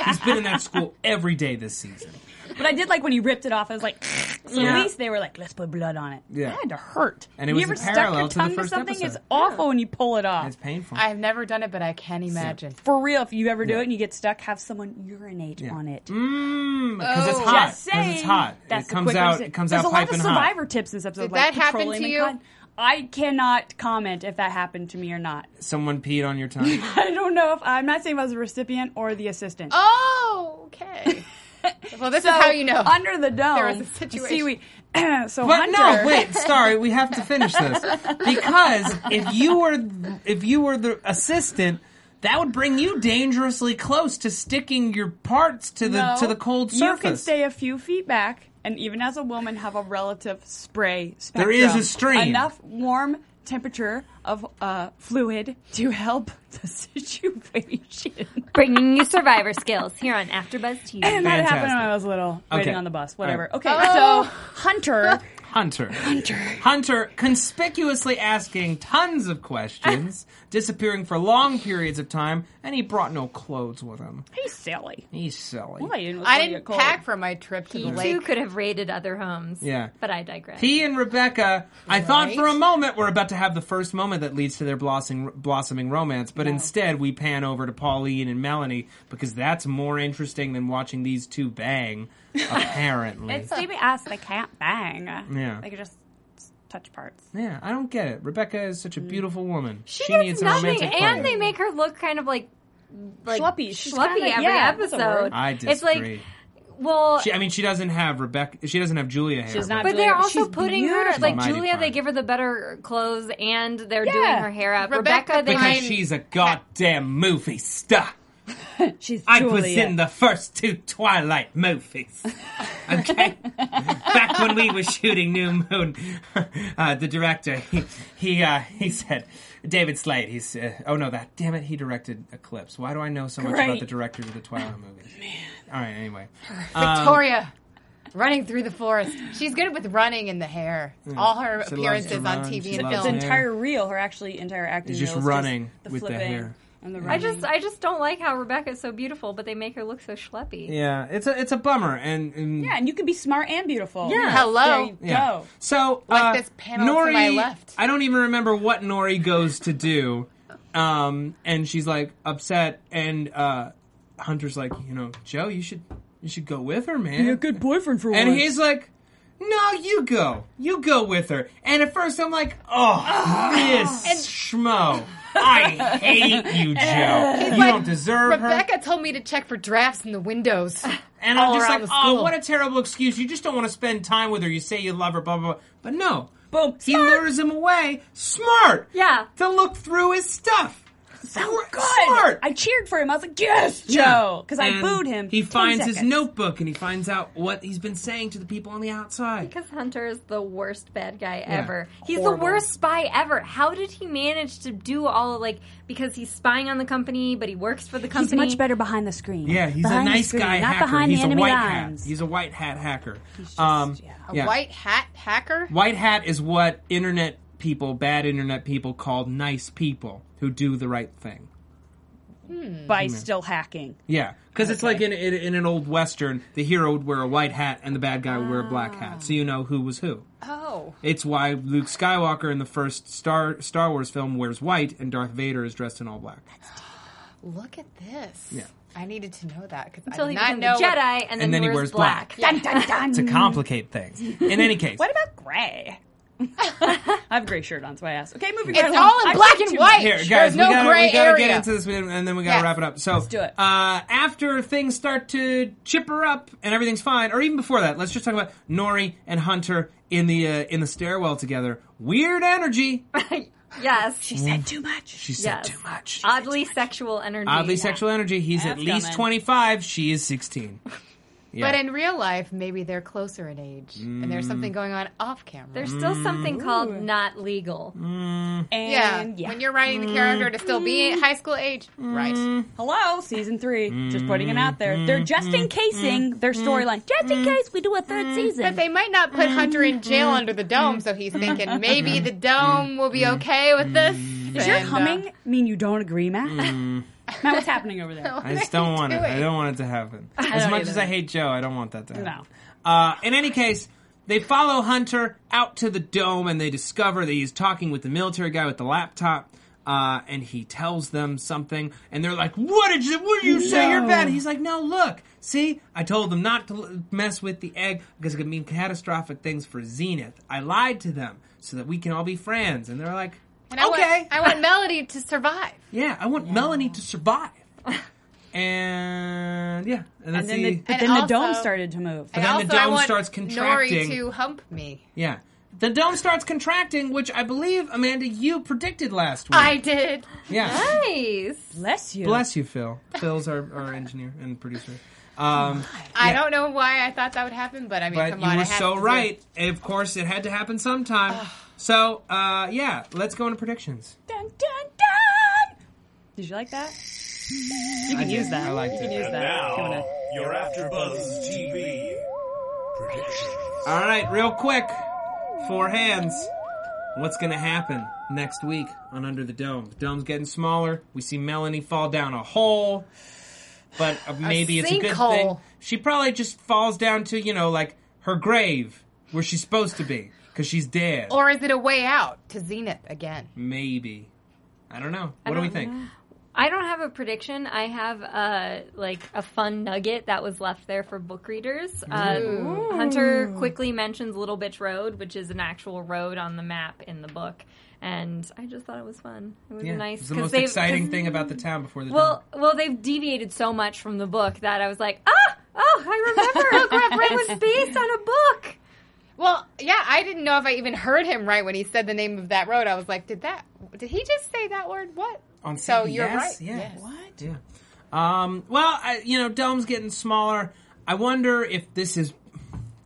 Speaker 2: he's been in that school every day this season.
Speaker 4: But I did like when he ripped it off. I
Speaker 2: [laughs]
Speaker 4: was like, so
Speaker 2: Yeah.
Speaker 4: at least they were like, let's put blood on it.
Speaker 2: Yeah.
Speaker 4: that had to hurt.
Speaker 2: And it
Speaker 4: you
Speaker 2: was
Speaker 4: ever
Speaker 2: a
Speaker 4: stuck
Speaker 2: parallel
Speaker 4: your
Speaker 2: to the
Speaker 4: tongue to,
Speaker 2: first
Speaker 4: something?
Speaker 2: episode.
Speaker 4: It's awful when you pull it off.
Speaker 2: It's painful.
Speaker 5: I've never done it, but I can imagine.
Speaker 4: For real, if you ever do it and you get stuck, have someone urinate on it.
Speaker 2: Mm, because it's
Speaker 5: Oh.
Speaker 2: hot.
Speaker 4: Just
Speaker 2: Because it's
Speaker 4: saying.
Speaker 2: hot.
Speaker 4: That's
Speaker 2: it
Speaker 4: the
Speaker 2: comes
Speaker 4: quick
Speaker 2: out.
Speaker 4: reason-
Speaker 2: It comes
Speaker 4: There's
Speaker 2: out
Speaker 4: a lot
Speaker 2: piping
Speaker 4: of
Speaker 2: hot.
Speaker 4: survivor tips and stuff.
Speaker 5: Did
Speaker 4: like
Speaker 5: that happen
Speaker 4: petroleum
Speaker 5: to
Speaker 4: and
Speaker 5: you?
Speaker 4: cotton. I cannot comment if that happened to me or not. [laughs]
Speaker 2: Someone peed on your tongue.
Speaker 4: I don't know if I'm not saying if I was the recipient or the assistant.
Speaker 5: Oh, okay. [laughs] well, this is how you know.
Speaker 4: Under the dome,
Speaker 5: There was a situation.
Speaker 4: Seaweed. [clears throat] so
Speaker 2: But
Speaker 4: Hunter,
Speaker 2: no, wait. Sorry, we have to finish this
Speaker 4: [laughs]
Speaker 2: because if you were if you were the assistant, that would bring you dangerously close to sticking your parts to the
Speaker 4: No.
Speaker 2: to the cold
Speaker 4: You can
Speaker 2: surface.
Speaker 4: stay a few feet back, and even as a woman, have a relative spray spectrum.
Speaker 2: is a stream.
Speaker 4: Enough warm temperature of uh, fluid to help [laughs] the situation.
Speaker 3: Bringing you survivor skills here on AfterBuzz TV.
Speaker 4: And that
Speaker 2: Fantastic.
Speaker 4: happened when I was little,
Speaker 2: Okay.
Speaker 4: waiting on the bus, whatever.
Speaker 2: All
Speaker 4: Okay,
Speaker 5: Oh.
Speaker 4: so
Speaker 5: [laughs]
Speaker 4: Hunter,
Speaker 2: Hunter. Hunter. conspicuously asking tons of
Speaker 4: [laughs]
Speaker 2: questions, disappearing for long periods of time, and he brought no clothes with him.
Speaker 4: he's silly.
Speaker 2: He's silly.
Speaker 4: Well, he was gonna
Speaker 5: I
Speaker 4: get
Speaker 5: didn't
Speaker 4: cold.
Speaker 5: pack for my trip to the
Speaker 3: You
Speaker 5: lake.
Speaker 3: two could have raided other homes.
Speaker 2: Yeah.
Speaker 3: But I digress.
Speaker 2: He and Rebecca, I thought
Speaker 5: Right.
Speaker 2: for a moment we're about to have the first moment that leads to their blossoming, blossoming romance, but instead we pan over to Pauline and Melanie because that's more interesting than watching these two
Speaker 4: [laughs]
Speaker 2: bang, apparently.
Speaker 4: It's DBS. They can't bang. Yeah, they could just touch parts.
Speaker 2: yeah, I don't get it. Rebecca is such a
Speaker 4: Mm.
Speaker 2: beautiful woman. She,
Speaker 3: gets
Speaker 2: needs a
Speaker 3: nothing,
Speaker 2: romantic partner.
Speaker 3: and they make her look kind of like like
Speaker 4: Schleppy. She's
Speaker 3: schleppy
Speaker 4: kinda-
Speaker 3: every
Speaker 4: yeah, that's a
Speaker 3: episode.
Speaker 4: word.
Speaker 2: I disagree.
Speaker 3: It's like, well,
Speaker 2: She, I mean, she doesn't have Rebecca. She doesn't have Julia hair.
Speaker 4: She's not
Speaker 2: but-
Speaker 3: But they're
Speaker 4: Julia-
Speaker 3: also
Speaker 4: she's
Speaker 3: putting her
Speaker 4: beautiful.
Speaker 3: like
Speaker 2: Mighty
Speaker 3: Julia. They
Speaker 2: fine.
Speaker 3: give her the better clothes, and they're
Speaker 4: Yeah.
Speaker 3: doing her hair up. Rebecca,
Speaker 5: Rebecca
Speaker 3: they
Speaker 2: because
Speaker 5: Fine.
Speaker 2: she's a goddamn movie star.
Speaker 4: She's
Speaker 2: I
Speaker 4: Julia.
Speaker 2: was in the first two Twilight movies. Okay, back when we were shooting New Moon, uh, the director he he uh, he said, David Slade. He's uh, oh no, that damn it, he directed Eclipse. Why do I know so much about
Speaker 4: Great.
Speaker 2: the directors of the Twilight movies? All right, anyway, Um,
Speaker 5: Victoria running through the forest. She's good with running in the hair. All her
Speaker 2: Mm. She loves to
Speaker 5: appearances on
Speaker 2: run. She
Speaker 5: TV and
Speaker 2: loves
Speaker 4: It's
Speaker 5: film.
Speaker 2: to hair.
Speaker 4: entire reel, her actually entire acting.
Speaker 2: It's just
Speaker 4: reel is
Speaker 2: running
Speaker 4: the
Speaker 2: with the
Speaker 4: flipping
Speaker 2: hair.
Speaker 4: And the
Speaker 3: I
Speaker 4: running.
Speaker 3: just, I just don't like how Rebecca's so beautiful, but they make her look so schleppy.
Speaker 2: yeah, it's a it's a bummer, and, and
Speaker 4: yeah, and you can be smart and beautiful.
Speaker 2: Yeah.
Speaker 5: Hello.
Speaker 4: There you
Speaker 2: Yeah.
Speaker 4: go.
Speaker 2: So
Speaker 5: Like
Speaker 2: uh,
Speaker 5: this panel to
Speaker 2: Nori,
Speaker 5: my left.
Speaker 2: I don't even remember what Nori goes to do, um, and she's like upset, and uh, Hunter's like, you know, Joe, you should you should go with her, man.
Speaker 4: boyfriend for
Speaker 2: And he's like. No, you go. You go with her. And at first I'm like,
Speaker 5: [sighs]
Speaker 2: oh, this schmo. I hate
Speaker 5: [laughs]
Speaker 2: you, Joe. You
Speaker 5: like,
Speaker 2: don't deserve her.
Speaker 5: Rebecca told me to check for drafts in the [laughs] windows.
Speaker 2: And I'm
Speaker 5: all
Speaker 2: just
Speaker 5: around
Speaker 2: like,
Speaker 5: the
Speaker 2: oh,
Speaker 5: school."
Speaker 2: what a terrible excuse. You just don't want to spend time with her. You say you love her, blah, blah, blah. But no.
Speaker 4: Boom.
Speaker 2: He
Speaker 4: Smart.
Speaker 2: lures him away. Smart.
Speaker 3: Yeah.
Speaker 2: To look through his stuff. So
Speaker 4: good. I cheered for him. I was like, yes, Joe, because I booed him.
Speaker 2: He
Speaker 4: 10
Speaker 2: finds his
Speaker 4: seconds.
Speaker 2: notebook and he finds out what he's been saying to the people on the outside.
Speaker 3: Because Hunter is the worst bad guy
Speaker 2: Yeah.
Speaker 3: ever. He's the
Speaker 4: Horrible.
Speaker 3: worst spy ever. How did he manage to do all of, like because he's spying on the company, but he works for the
Speaker 4: He's
Speaker 3: company?
Speaker 4: much better behind the screen.
Speaker 2: yeah, he's
Speaker 4: behind
Speaker 2: a
Speaker 4: the
Speaker 2: nice
Speaker 4: screen,
Speaker 2: guy
Speaker 4: not
Speaker 2: hacker.
Speaker 4: behind
Speaker 2: he's
Speaker 4: the enemy
Speaker 2: a white
Speaker 4: lines.
Speaker 2: hat. He's a white hat hacker. Um,
Speaker 4: just- yeah.
Speaker 5: A white hat hacker?
Speaker 2: White hat is what internet people, bad internet people, call nice people who do the right thing.
Speaker 4: by still hacking.
Speaker 2: Yeah, because it's like in, in in an old western, the hero would wear a white hat and the bad guy would wear a black
Speaker 4: Ah.
Speaker 2: hat, so you know who was who.
Speaker 5: Oh.
Speaker 2: It's why Luke Skywalker in the first Star Star Wars film wears white, and Darth Vader is dressed in all black.
Speaker 5: Look at this.
Speaker 2: Yeah.
Speaker 5: I needed to know that because I
Speaker 3: Until
Speaker 5: did
Speaker 3: he
Speaker 5: not
Speaker 3: becomes a
Speaker 5: know.
Speaker 3: Jedi,
Speaker 5: what-
Speaker 3: and then,
Speaker 2: And then he wears black.
Speaker 3: black.
Speaker 2: To complicate things. In any case,
Speaker 4: What about gray? [laughs] I have a gray shirt on, so I asked. Okay, moving
Speaker 5: It's
Speaker 4: right along.
Speaker 5: all in
Speaker 4: I've
Speaker 5: black
Speaker 4: said
Speaker 5: and
Speaker 4: too
Speaker 5: white.
Speaker 2: Here,
Speaker 5: There's
Speaker 2: guys,
Speaker 5: no
Speaker 2: we gotta,
Speaker 5: gray
Speaker 2: we gotta
Speaker 5: area.
Speaker 2: get into this, and then we gotta
Speaker 5: Yes.
Speaker 2: wrap it up. So,
Speaker 4: do it.
Speaker 2: Uh, after things start to chipper up and everything's fine, or even before that, let's just talk about Nori and Hunter in the uh, in the stairwell together. Weird energy.
Speaker 3: yes.
Speaker 4: She said too much.
Speaker 2: Mm. She said
Speaker 3: Yes.
Speaker 2: too much.
Speaker 3: Oddly sexual energy.
Speaker 2: Oddly sexual energy. He's at
Speaker 4: That's
Speaker 2: least
Speaker 4: coming.
Speaker 2: 25. She is 16. Yeah. Mm.
Speaker 5: But in real life, maybe they're closer in age, and there's something going on off camera.
Speaker 3: There's still something called not legal.
Speaker 2: Mm.
Speaker 5: yeah.
Speaker 4: And yeah.
Speaker 5: when you're writing the character to still be
Speaker 2: Mm-hmm.
Speaker 5: high school age, right?
Speaker 4: Hello, season 3 Just putting it out there. They're just
Speaker 2: Mm-hmm.
Speaker 4: encasing their storyline. Just in case we do a third season.
Speaker 5: But they might not put Hunter in jail
Speaker 2: Mm-hmm.
Speaker 5: under the dome, so he's thinking maybe the dome will be okay with this.
Speaker 2: Mm-hmm. uh,
Speaker 5: uh,
Speaker 2: Mm.
Speaker 4: Does your humming mean you don't agree, Matt? [laughs] Matt, what's happening over [laughs] there?
Speaker 5: What
Speaker 2: I just
Speaker 5: are
Speaker 2: don't
Speaker 5: you
Speaker 2: want it. I
Speaker 5: doing?
Speaker 2: don't want it to happen. As
Speaker 4: don't
Speaker 2: much as
Speaker 4: either.
Speaker 2: I hate Joe, I don't want that to happen.
Speaker 4: No.
Speaker 2: Uh, in any case, they follow Hunter out to the dome and they discover that he's talking with the military guy with the laptop. Uh, and he tells them something, and they're like, "What did you? What did you say? You're
Speaker 4: No.
Speaker 2: bad." He's like, "No, look, see, I told them not to l- mess with the egg because it could mean catastrophic things for Zenith. I lied to them so that we can all be friends." And they're like,
Speaker 5: And I
Speaker 2: "Okay,
Speaker 5: Want, I want Melody to survive.
Speaker 2: yeah, I want Melanie to
Speaker 5: [laughs]
Speaker 2: survive." and yeah, and, that's
Speaker 4: And then
Speaker 2: the,
Speaker 4: the, but
Speaker 5: And
Speaker 4: then the dome
Speaker 5: also-
Speaker 4: started to move.
Speaker 2: then
Speaker 5: And
Speaker 2: the
Speaker 5: also, I
Speaker 2: dome
Speaker 5: want
Speaker 2: starts contracting.
Speaker 5: Nori to hump me.
Speaker 2: Yeah. The dome starts contracting, which I believe, Amanda, you predicted last week.
Speaker 5: I did.
Speaker 2: yeah.
Speaker 3: Nice.
Speaker 4: Bless you.
Speaker 2: Bless you, Phil. Phil's our, our engineer and producer. Um,
Speaker 5: I don't know why I thought that would happen, but I mean,
Speaker 2: but
Speaker 5: come
Speaker 2: you
Speaker 5: on. I
Speaker 2: were
Speaker 5: had
Speaker 2: so
Speaker 5: to do-
Speaker 2: right. And of course, it had to happen
Speaker 5: [sighs]
Speaker 2: sometime. so, uh, yeah, let's go into predictions.
Speaker 4: Dun, dun, dun! Did you like that? You can use that.
Speaker 2: I liked
Speaker 4: you can
Speaker 2: it.
Speaker 4: use that. If you wanna-
Speaker 6: Now, you're after Buzz TV. Predictions.
Speaker 2: All right, real quick. Four hands. What's going to happen next week on Under the Dome? The dome's getting smaller. We see Melanie fall down a hole, but uh, maybe it's a good thing.
Speaker 5: sinkhole.
Speaker 2: She probably just falls down to, you know, like her grave where she's supposed to be because she's dead.
Speaker 5: Or is it a way out to Zenith again?
Speaker 2: maybe. I don't know. What do we
Speaker 3: don't
Speaker 2: think?
Speaker 3: I don't have a prediction. I have uh, like a fun nugget that was left there for book readers. Uh, Hunter quickly mentions Little Bitch Road, which is an actual road on the map in the book, and I just thought it was fun. It was
Speaker 2: Yeah,
Speaker 3: nice
Speaker 2: it's the
Speaker 3: 'cause
Speaker 2: most
Speaker 3: they've-
Speaker 2: exciting
Speaker 3: [laughs] 'cause-
Speaker 2: thing about the town before the dome.
Speaker 3: Well, well, they've deviated so much from the book that I was like, ah, oh,
Speaker 2: [laughs]
Speaker 3: I remember. it was based on a book.
Speaker 5: Well, yeah, I didn't know if I even heard him right when he said the name of that road. I was like, did that? Did he just say that word? What?
Speaker 2: On
Speaker 5: so
Speaker 2: CBS?
Speaker 5: you're right.
Speaker 2: Yeah.
Speaker 5: Yes.
Speaker 2: What? Yeah. Um, well, I, you know, dome's getting smaller. I wonder if this is,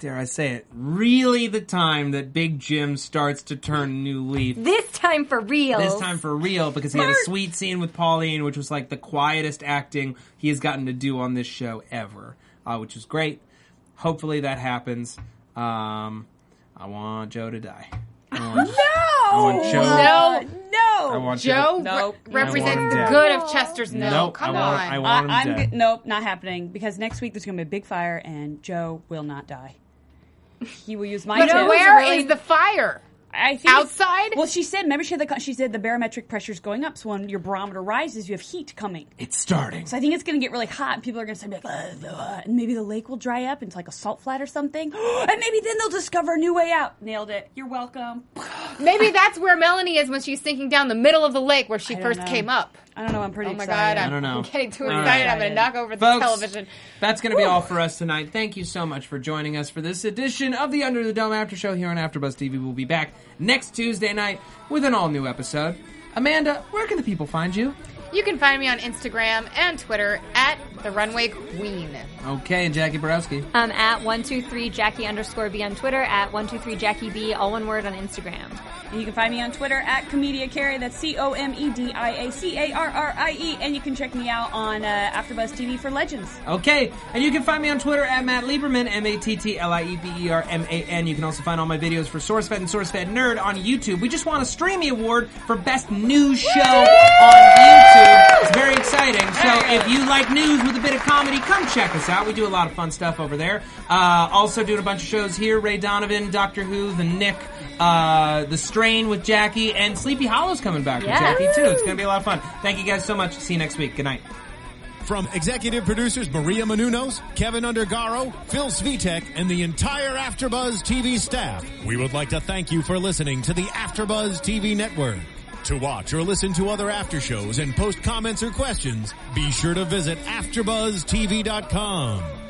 Speaker 2: dare I say it, really the time that Big Jim starts to turn new leaf.
Speaker 3: This time for real.
Speaker 2: This time for real because he had a sweet scene with Pauline, which was like the quietest acting he has gotten to do on this show ever, uh, which was great. Hopefully that happens. Um, I want Joe to die. I
Speaker 5: [laughs]
Speaker 2: want, I want Joe.
Speaker 5: No,
Speaker 4: No.
Speaker 2: I want
Speaker 5: Joe
Speaker 4: Nope.
Speaker 5: re-
Speaker 4: I
Speaker 2: want
Speaker 5: represents the
Speaker 2: him
Speaker 5: good of Chester's Mill.
Speaker 2: Nope,
Speaker 5: Come
Speaker 2: I want,
Speaker 5: on.
Speaker 2: I
Speaker 4: I,
Speaker 2: want him
Speaker 4: I'm
Speaker 2: dead.
Speaker 4: good. Nope, not happening. Because next week there's going to be a big fire, and Joe will not die. He will use my
Speaker 5: but
Speaker 4: tip.
Speaker 5: where
Speaker 3: really-
Speaker 5: is the fire?
Speaker 4: I think it's-
Speaker 5: outside?
Speaker 4: Well, she said. Remember, she had the co- she said the barometric pressure's going up. So when your barometer rises, you have heat coming.
Speaker 2: It's starting.
Speaker 4: So I think it's going to get really hot, and people are going to say, like, "Ugh, ugh," and maybe the lake will dry up into like a salt flat or something, [gasps] and maybe then they'll discover a new way out. Nailed it. You're welcome.
Speaker 5: Maybe that's where Melanie is when she's sinking down the middle of the lake where she
Speaker 4: don't
Speaker 5: first
Speaker 4: know.
Speaker 5: came up.
Speaker 4: I don't know. I'm pretty.
Speaker 5: Oh my
Speaker 4: excited.
Speaker 5: god, I'm,
Speaker 2: I don't know.
Speaker 5: I'm getting too
Speaker 2: I don't
Speaker 5: excited.
Speaker 2: know.
Speaker 5: I'm going to knock over the
Speaker 2: Folks,
Speaker 5: television.
Speaker 2: That's going to be all for us tonight. Thank you so much for joining us for this edition of the Under the Dome After Show here on AfterBuzz TV. We'll be back next Tuesday night with an all new episode. Amanda, where can the people find you?
Speaker 5: You can find me on Instagram and Twitter at the Runway Queen.
Speaker 2: Okay, and Jackie Borowski.
Speaker 3: Um, at one two three Jackie underscore B on Twitter. At one two three Jackie B, all one word on Instagram.
Speaker 4: And you can find me on Twitter at Comedia Carrie. That's C O M E D I A C A R R I E. And you can check me out on uh, AfterBuzz TV for Legends.
Speaker 2: Okay, and you can find me on Twitter at Matt Lieberman, M A T T L I E B E R M A N. You can also find all my videos for SourceFed and SourceFed Nerd on YouTube. We just won a Streamy Award for Best News Show on YouTube. It's very exciting. So if you like news with a bit of comedy, come check us out. We do a lot of fun stuff over there. Uh, also doing a bunch of shows here: Ray Donovan, Doctor Who, The Nick, uh, The Strain with Jackie, and Sleepy Hollow's coming back
Speaker 3: Yes.
Speaker 2: with Jackie too. It's gonna be a lot of fun. Thank you guys so much. See you next week. Good night.
Speaker 1: From executive producers Maria Menounos, Kevin Undergaro, Phil Svitek, and the entire AfterBuzz TV staff, we would like to thank you for listening to the AfterBuzz TV network. To watch or listen to other after shows and post comments or questions, be sure to visit AfterBuzzTV.com.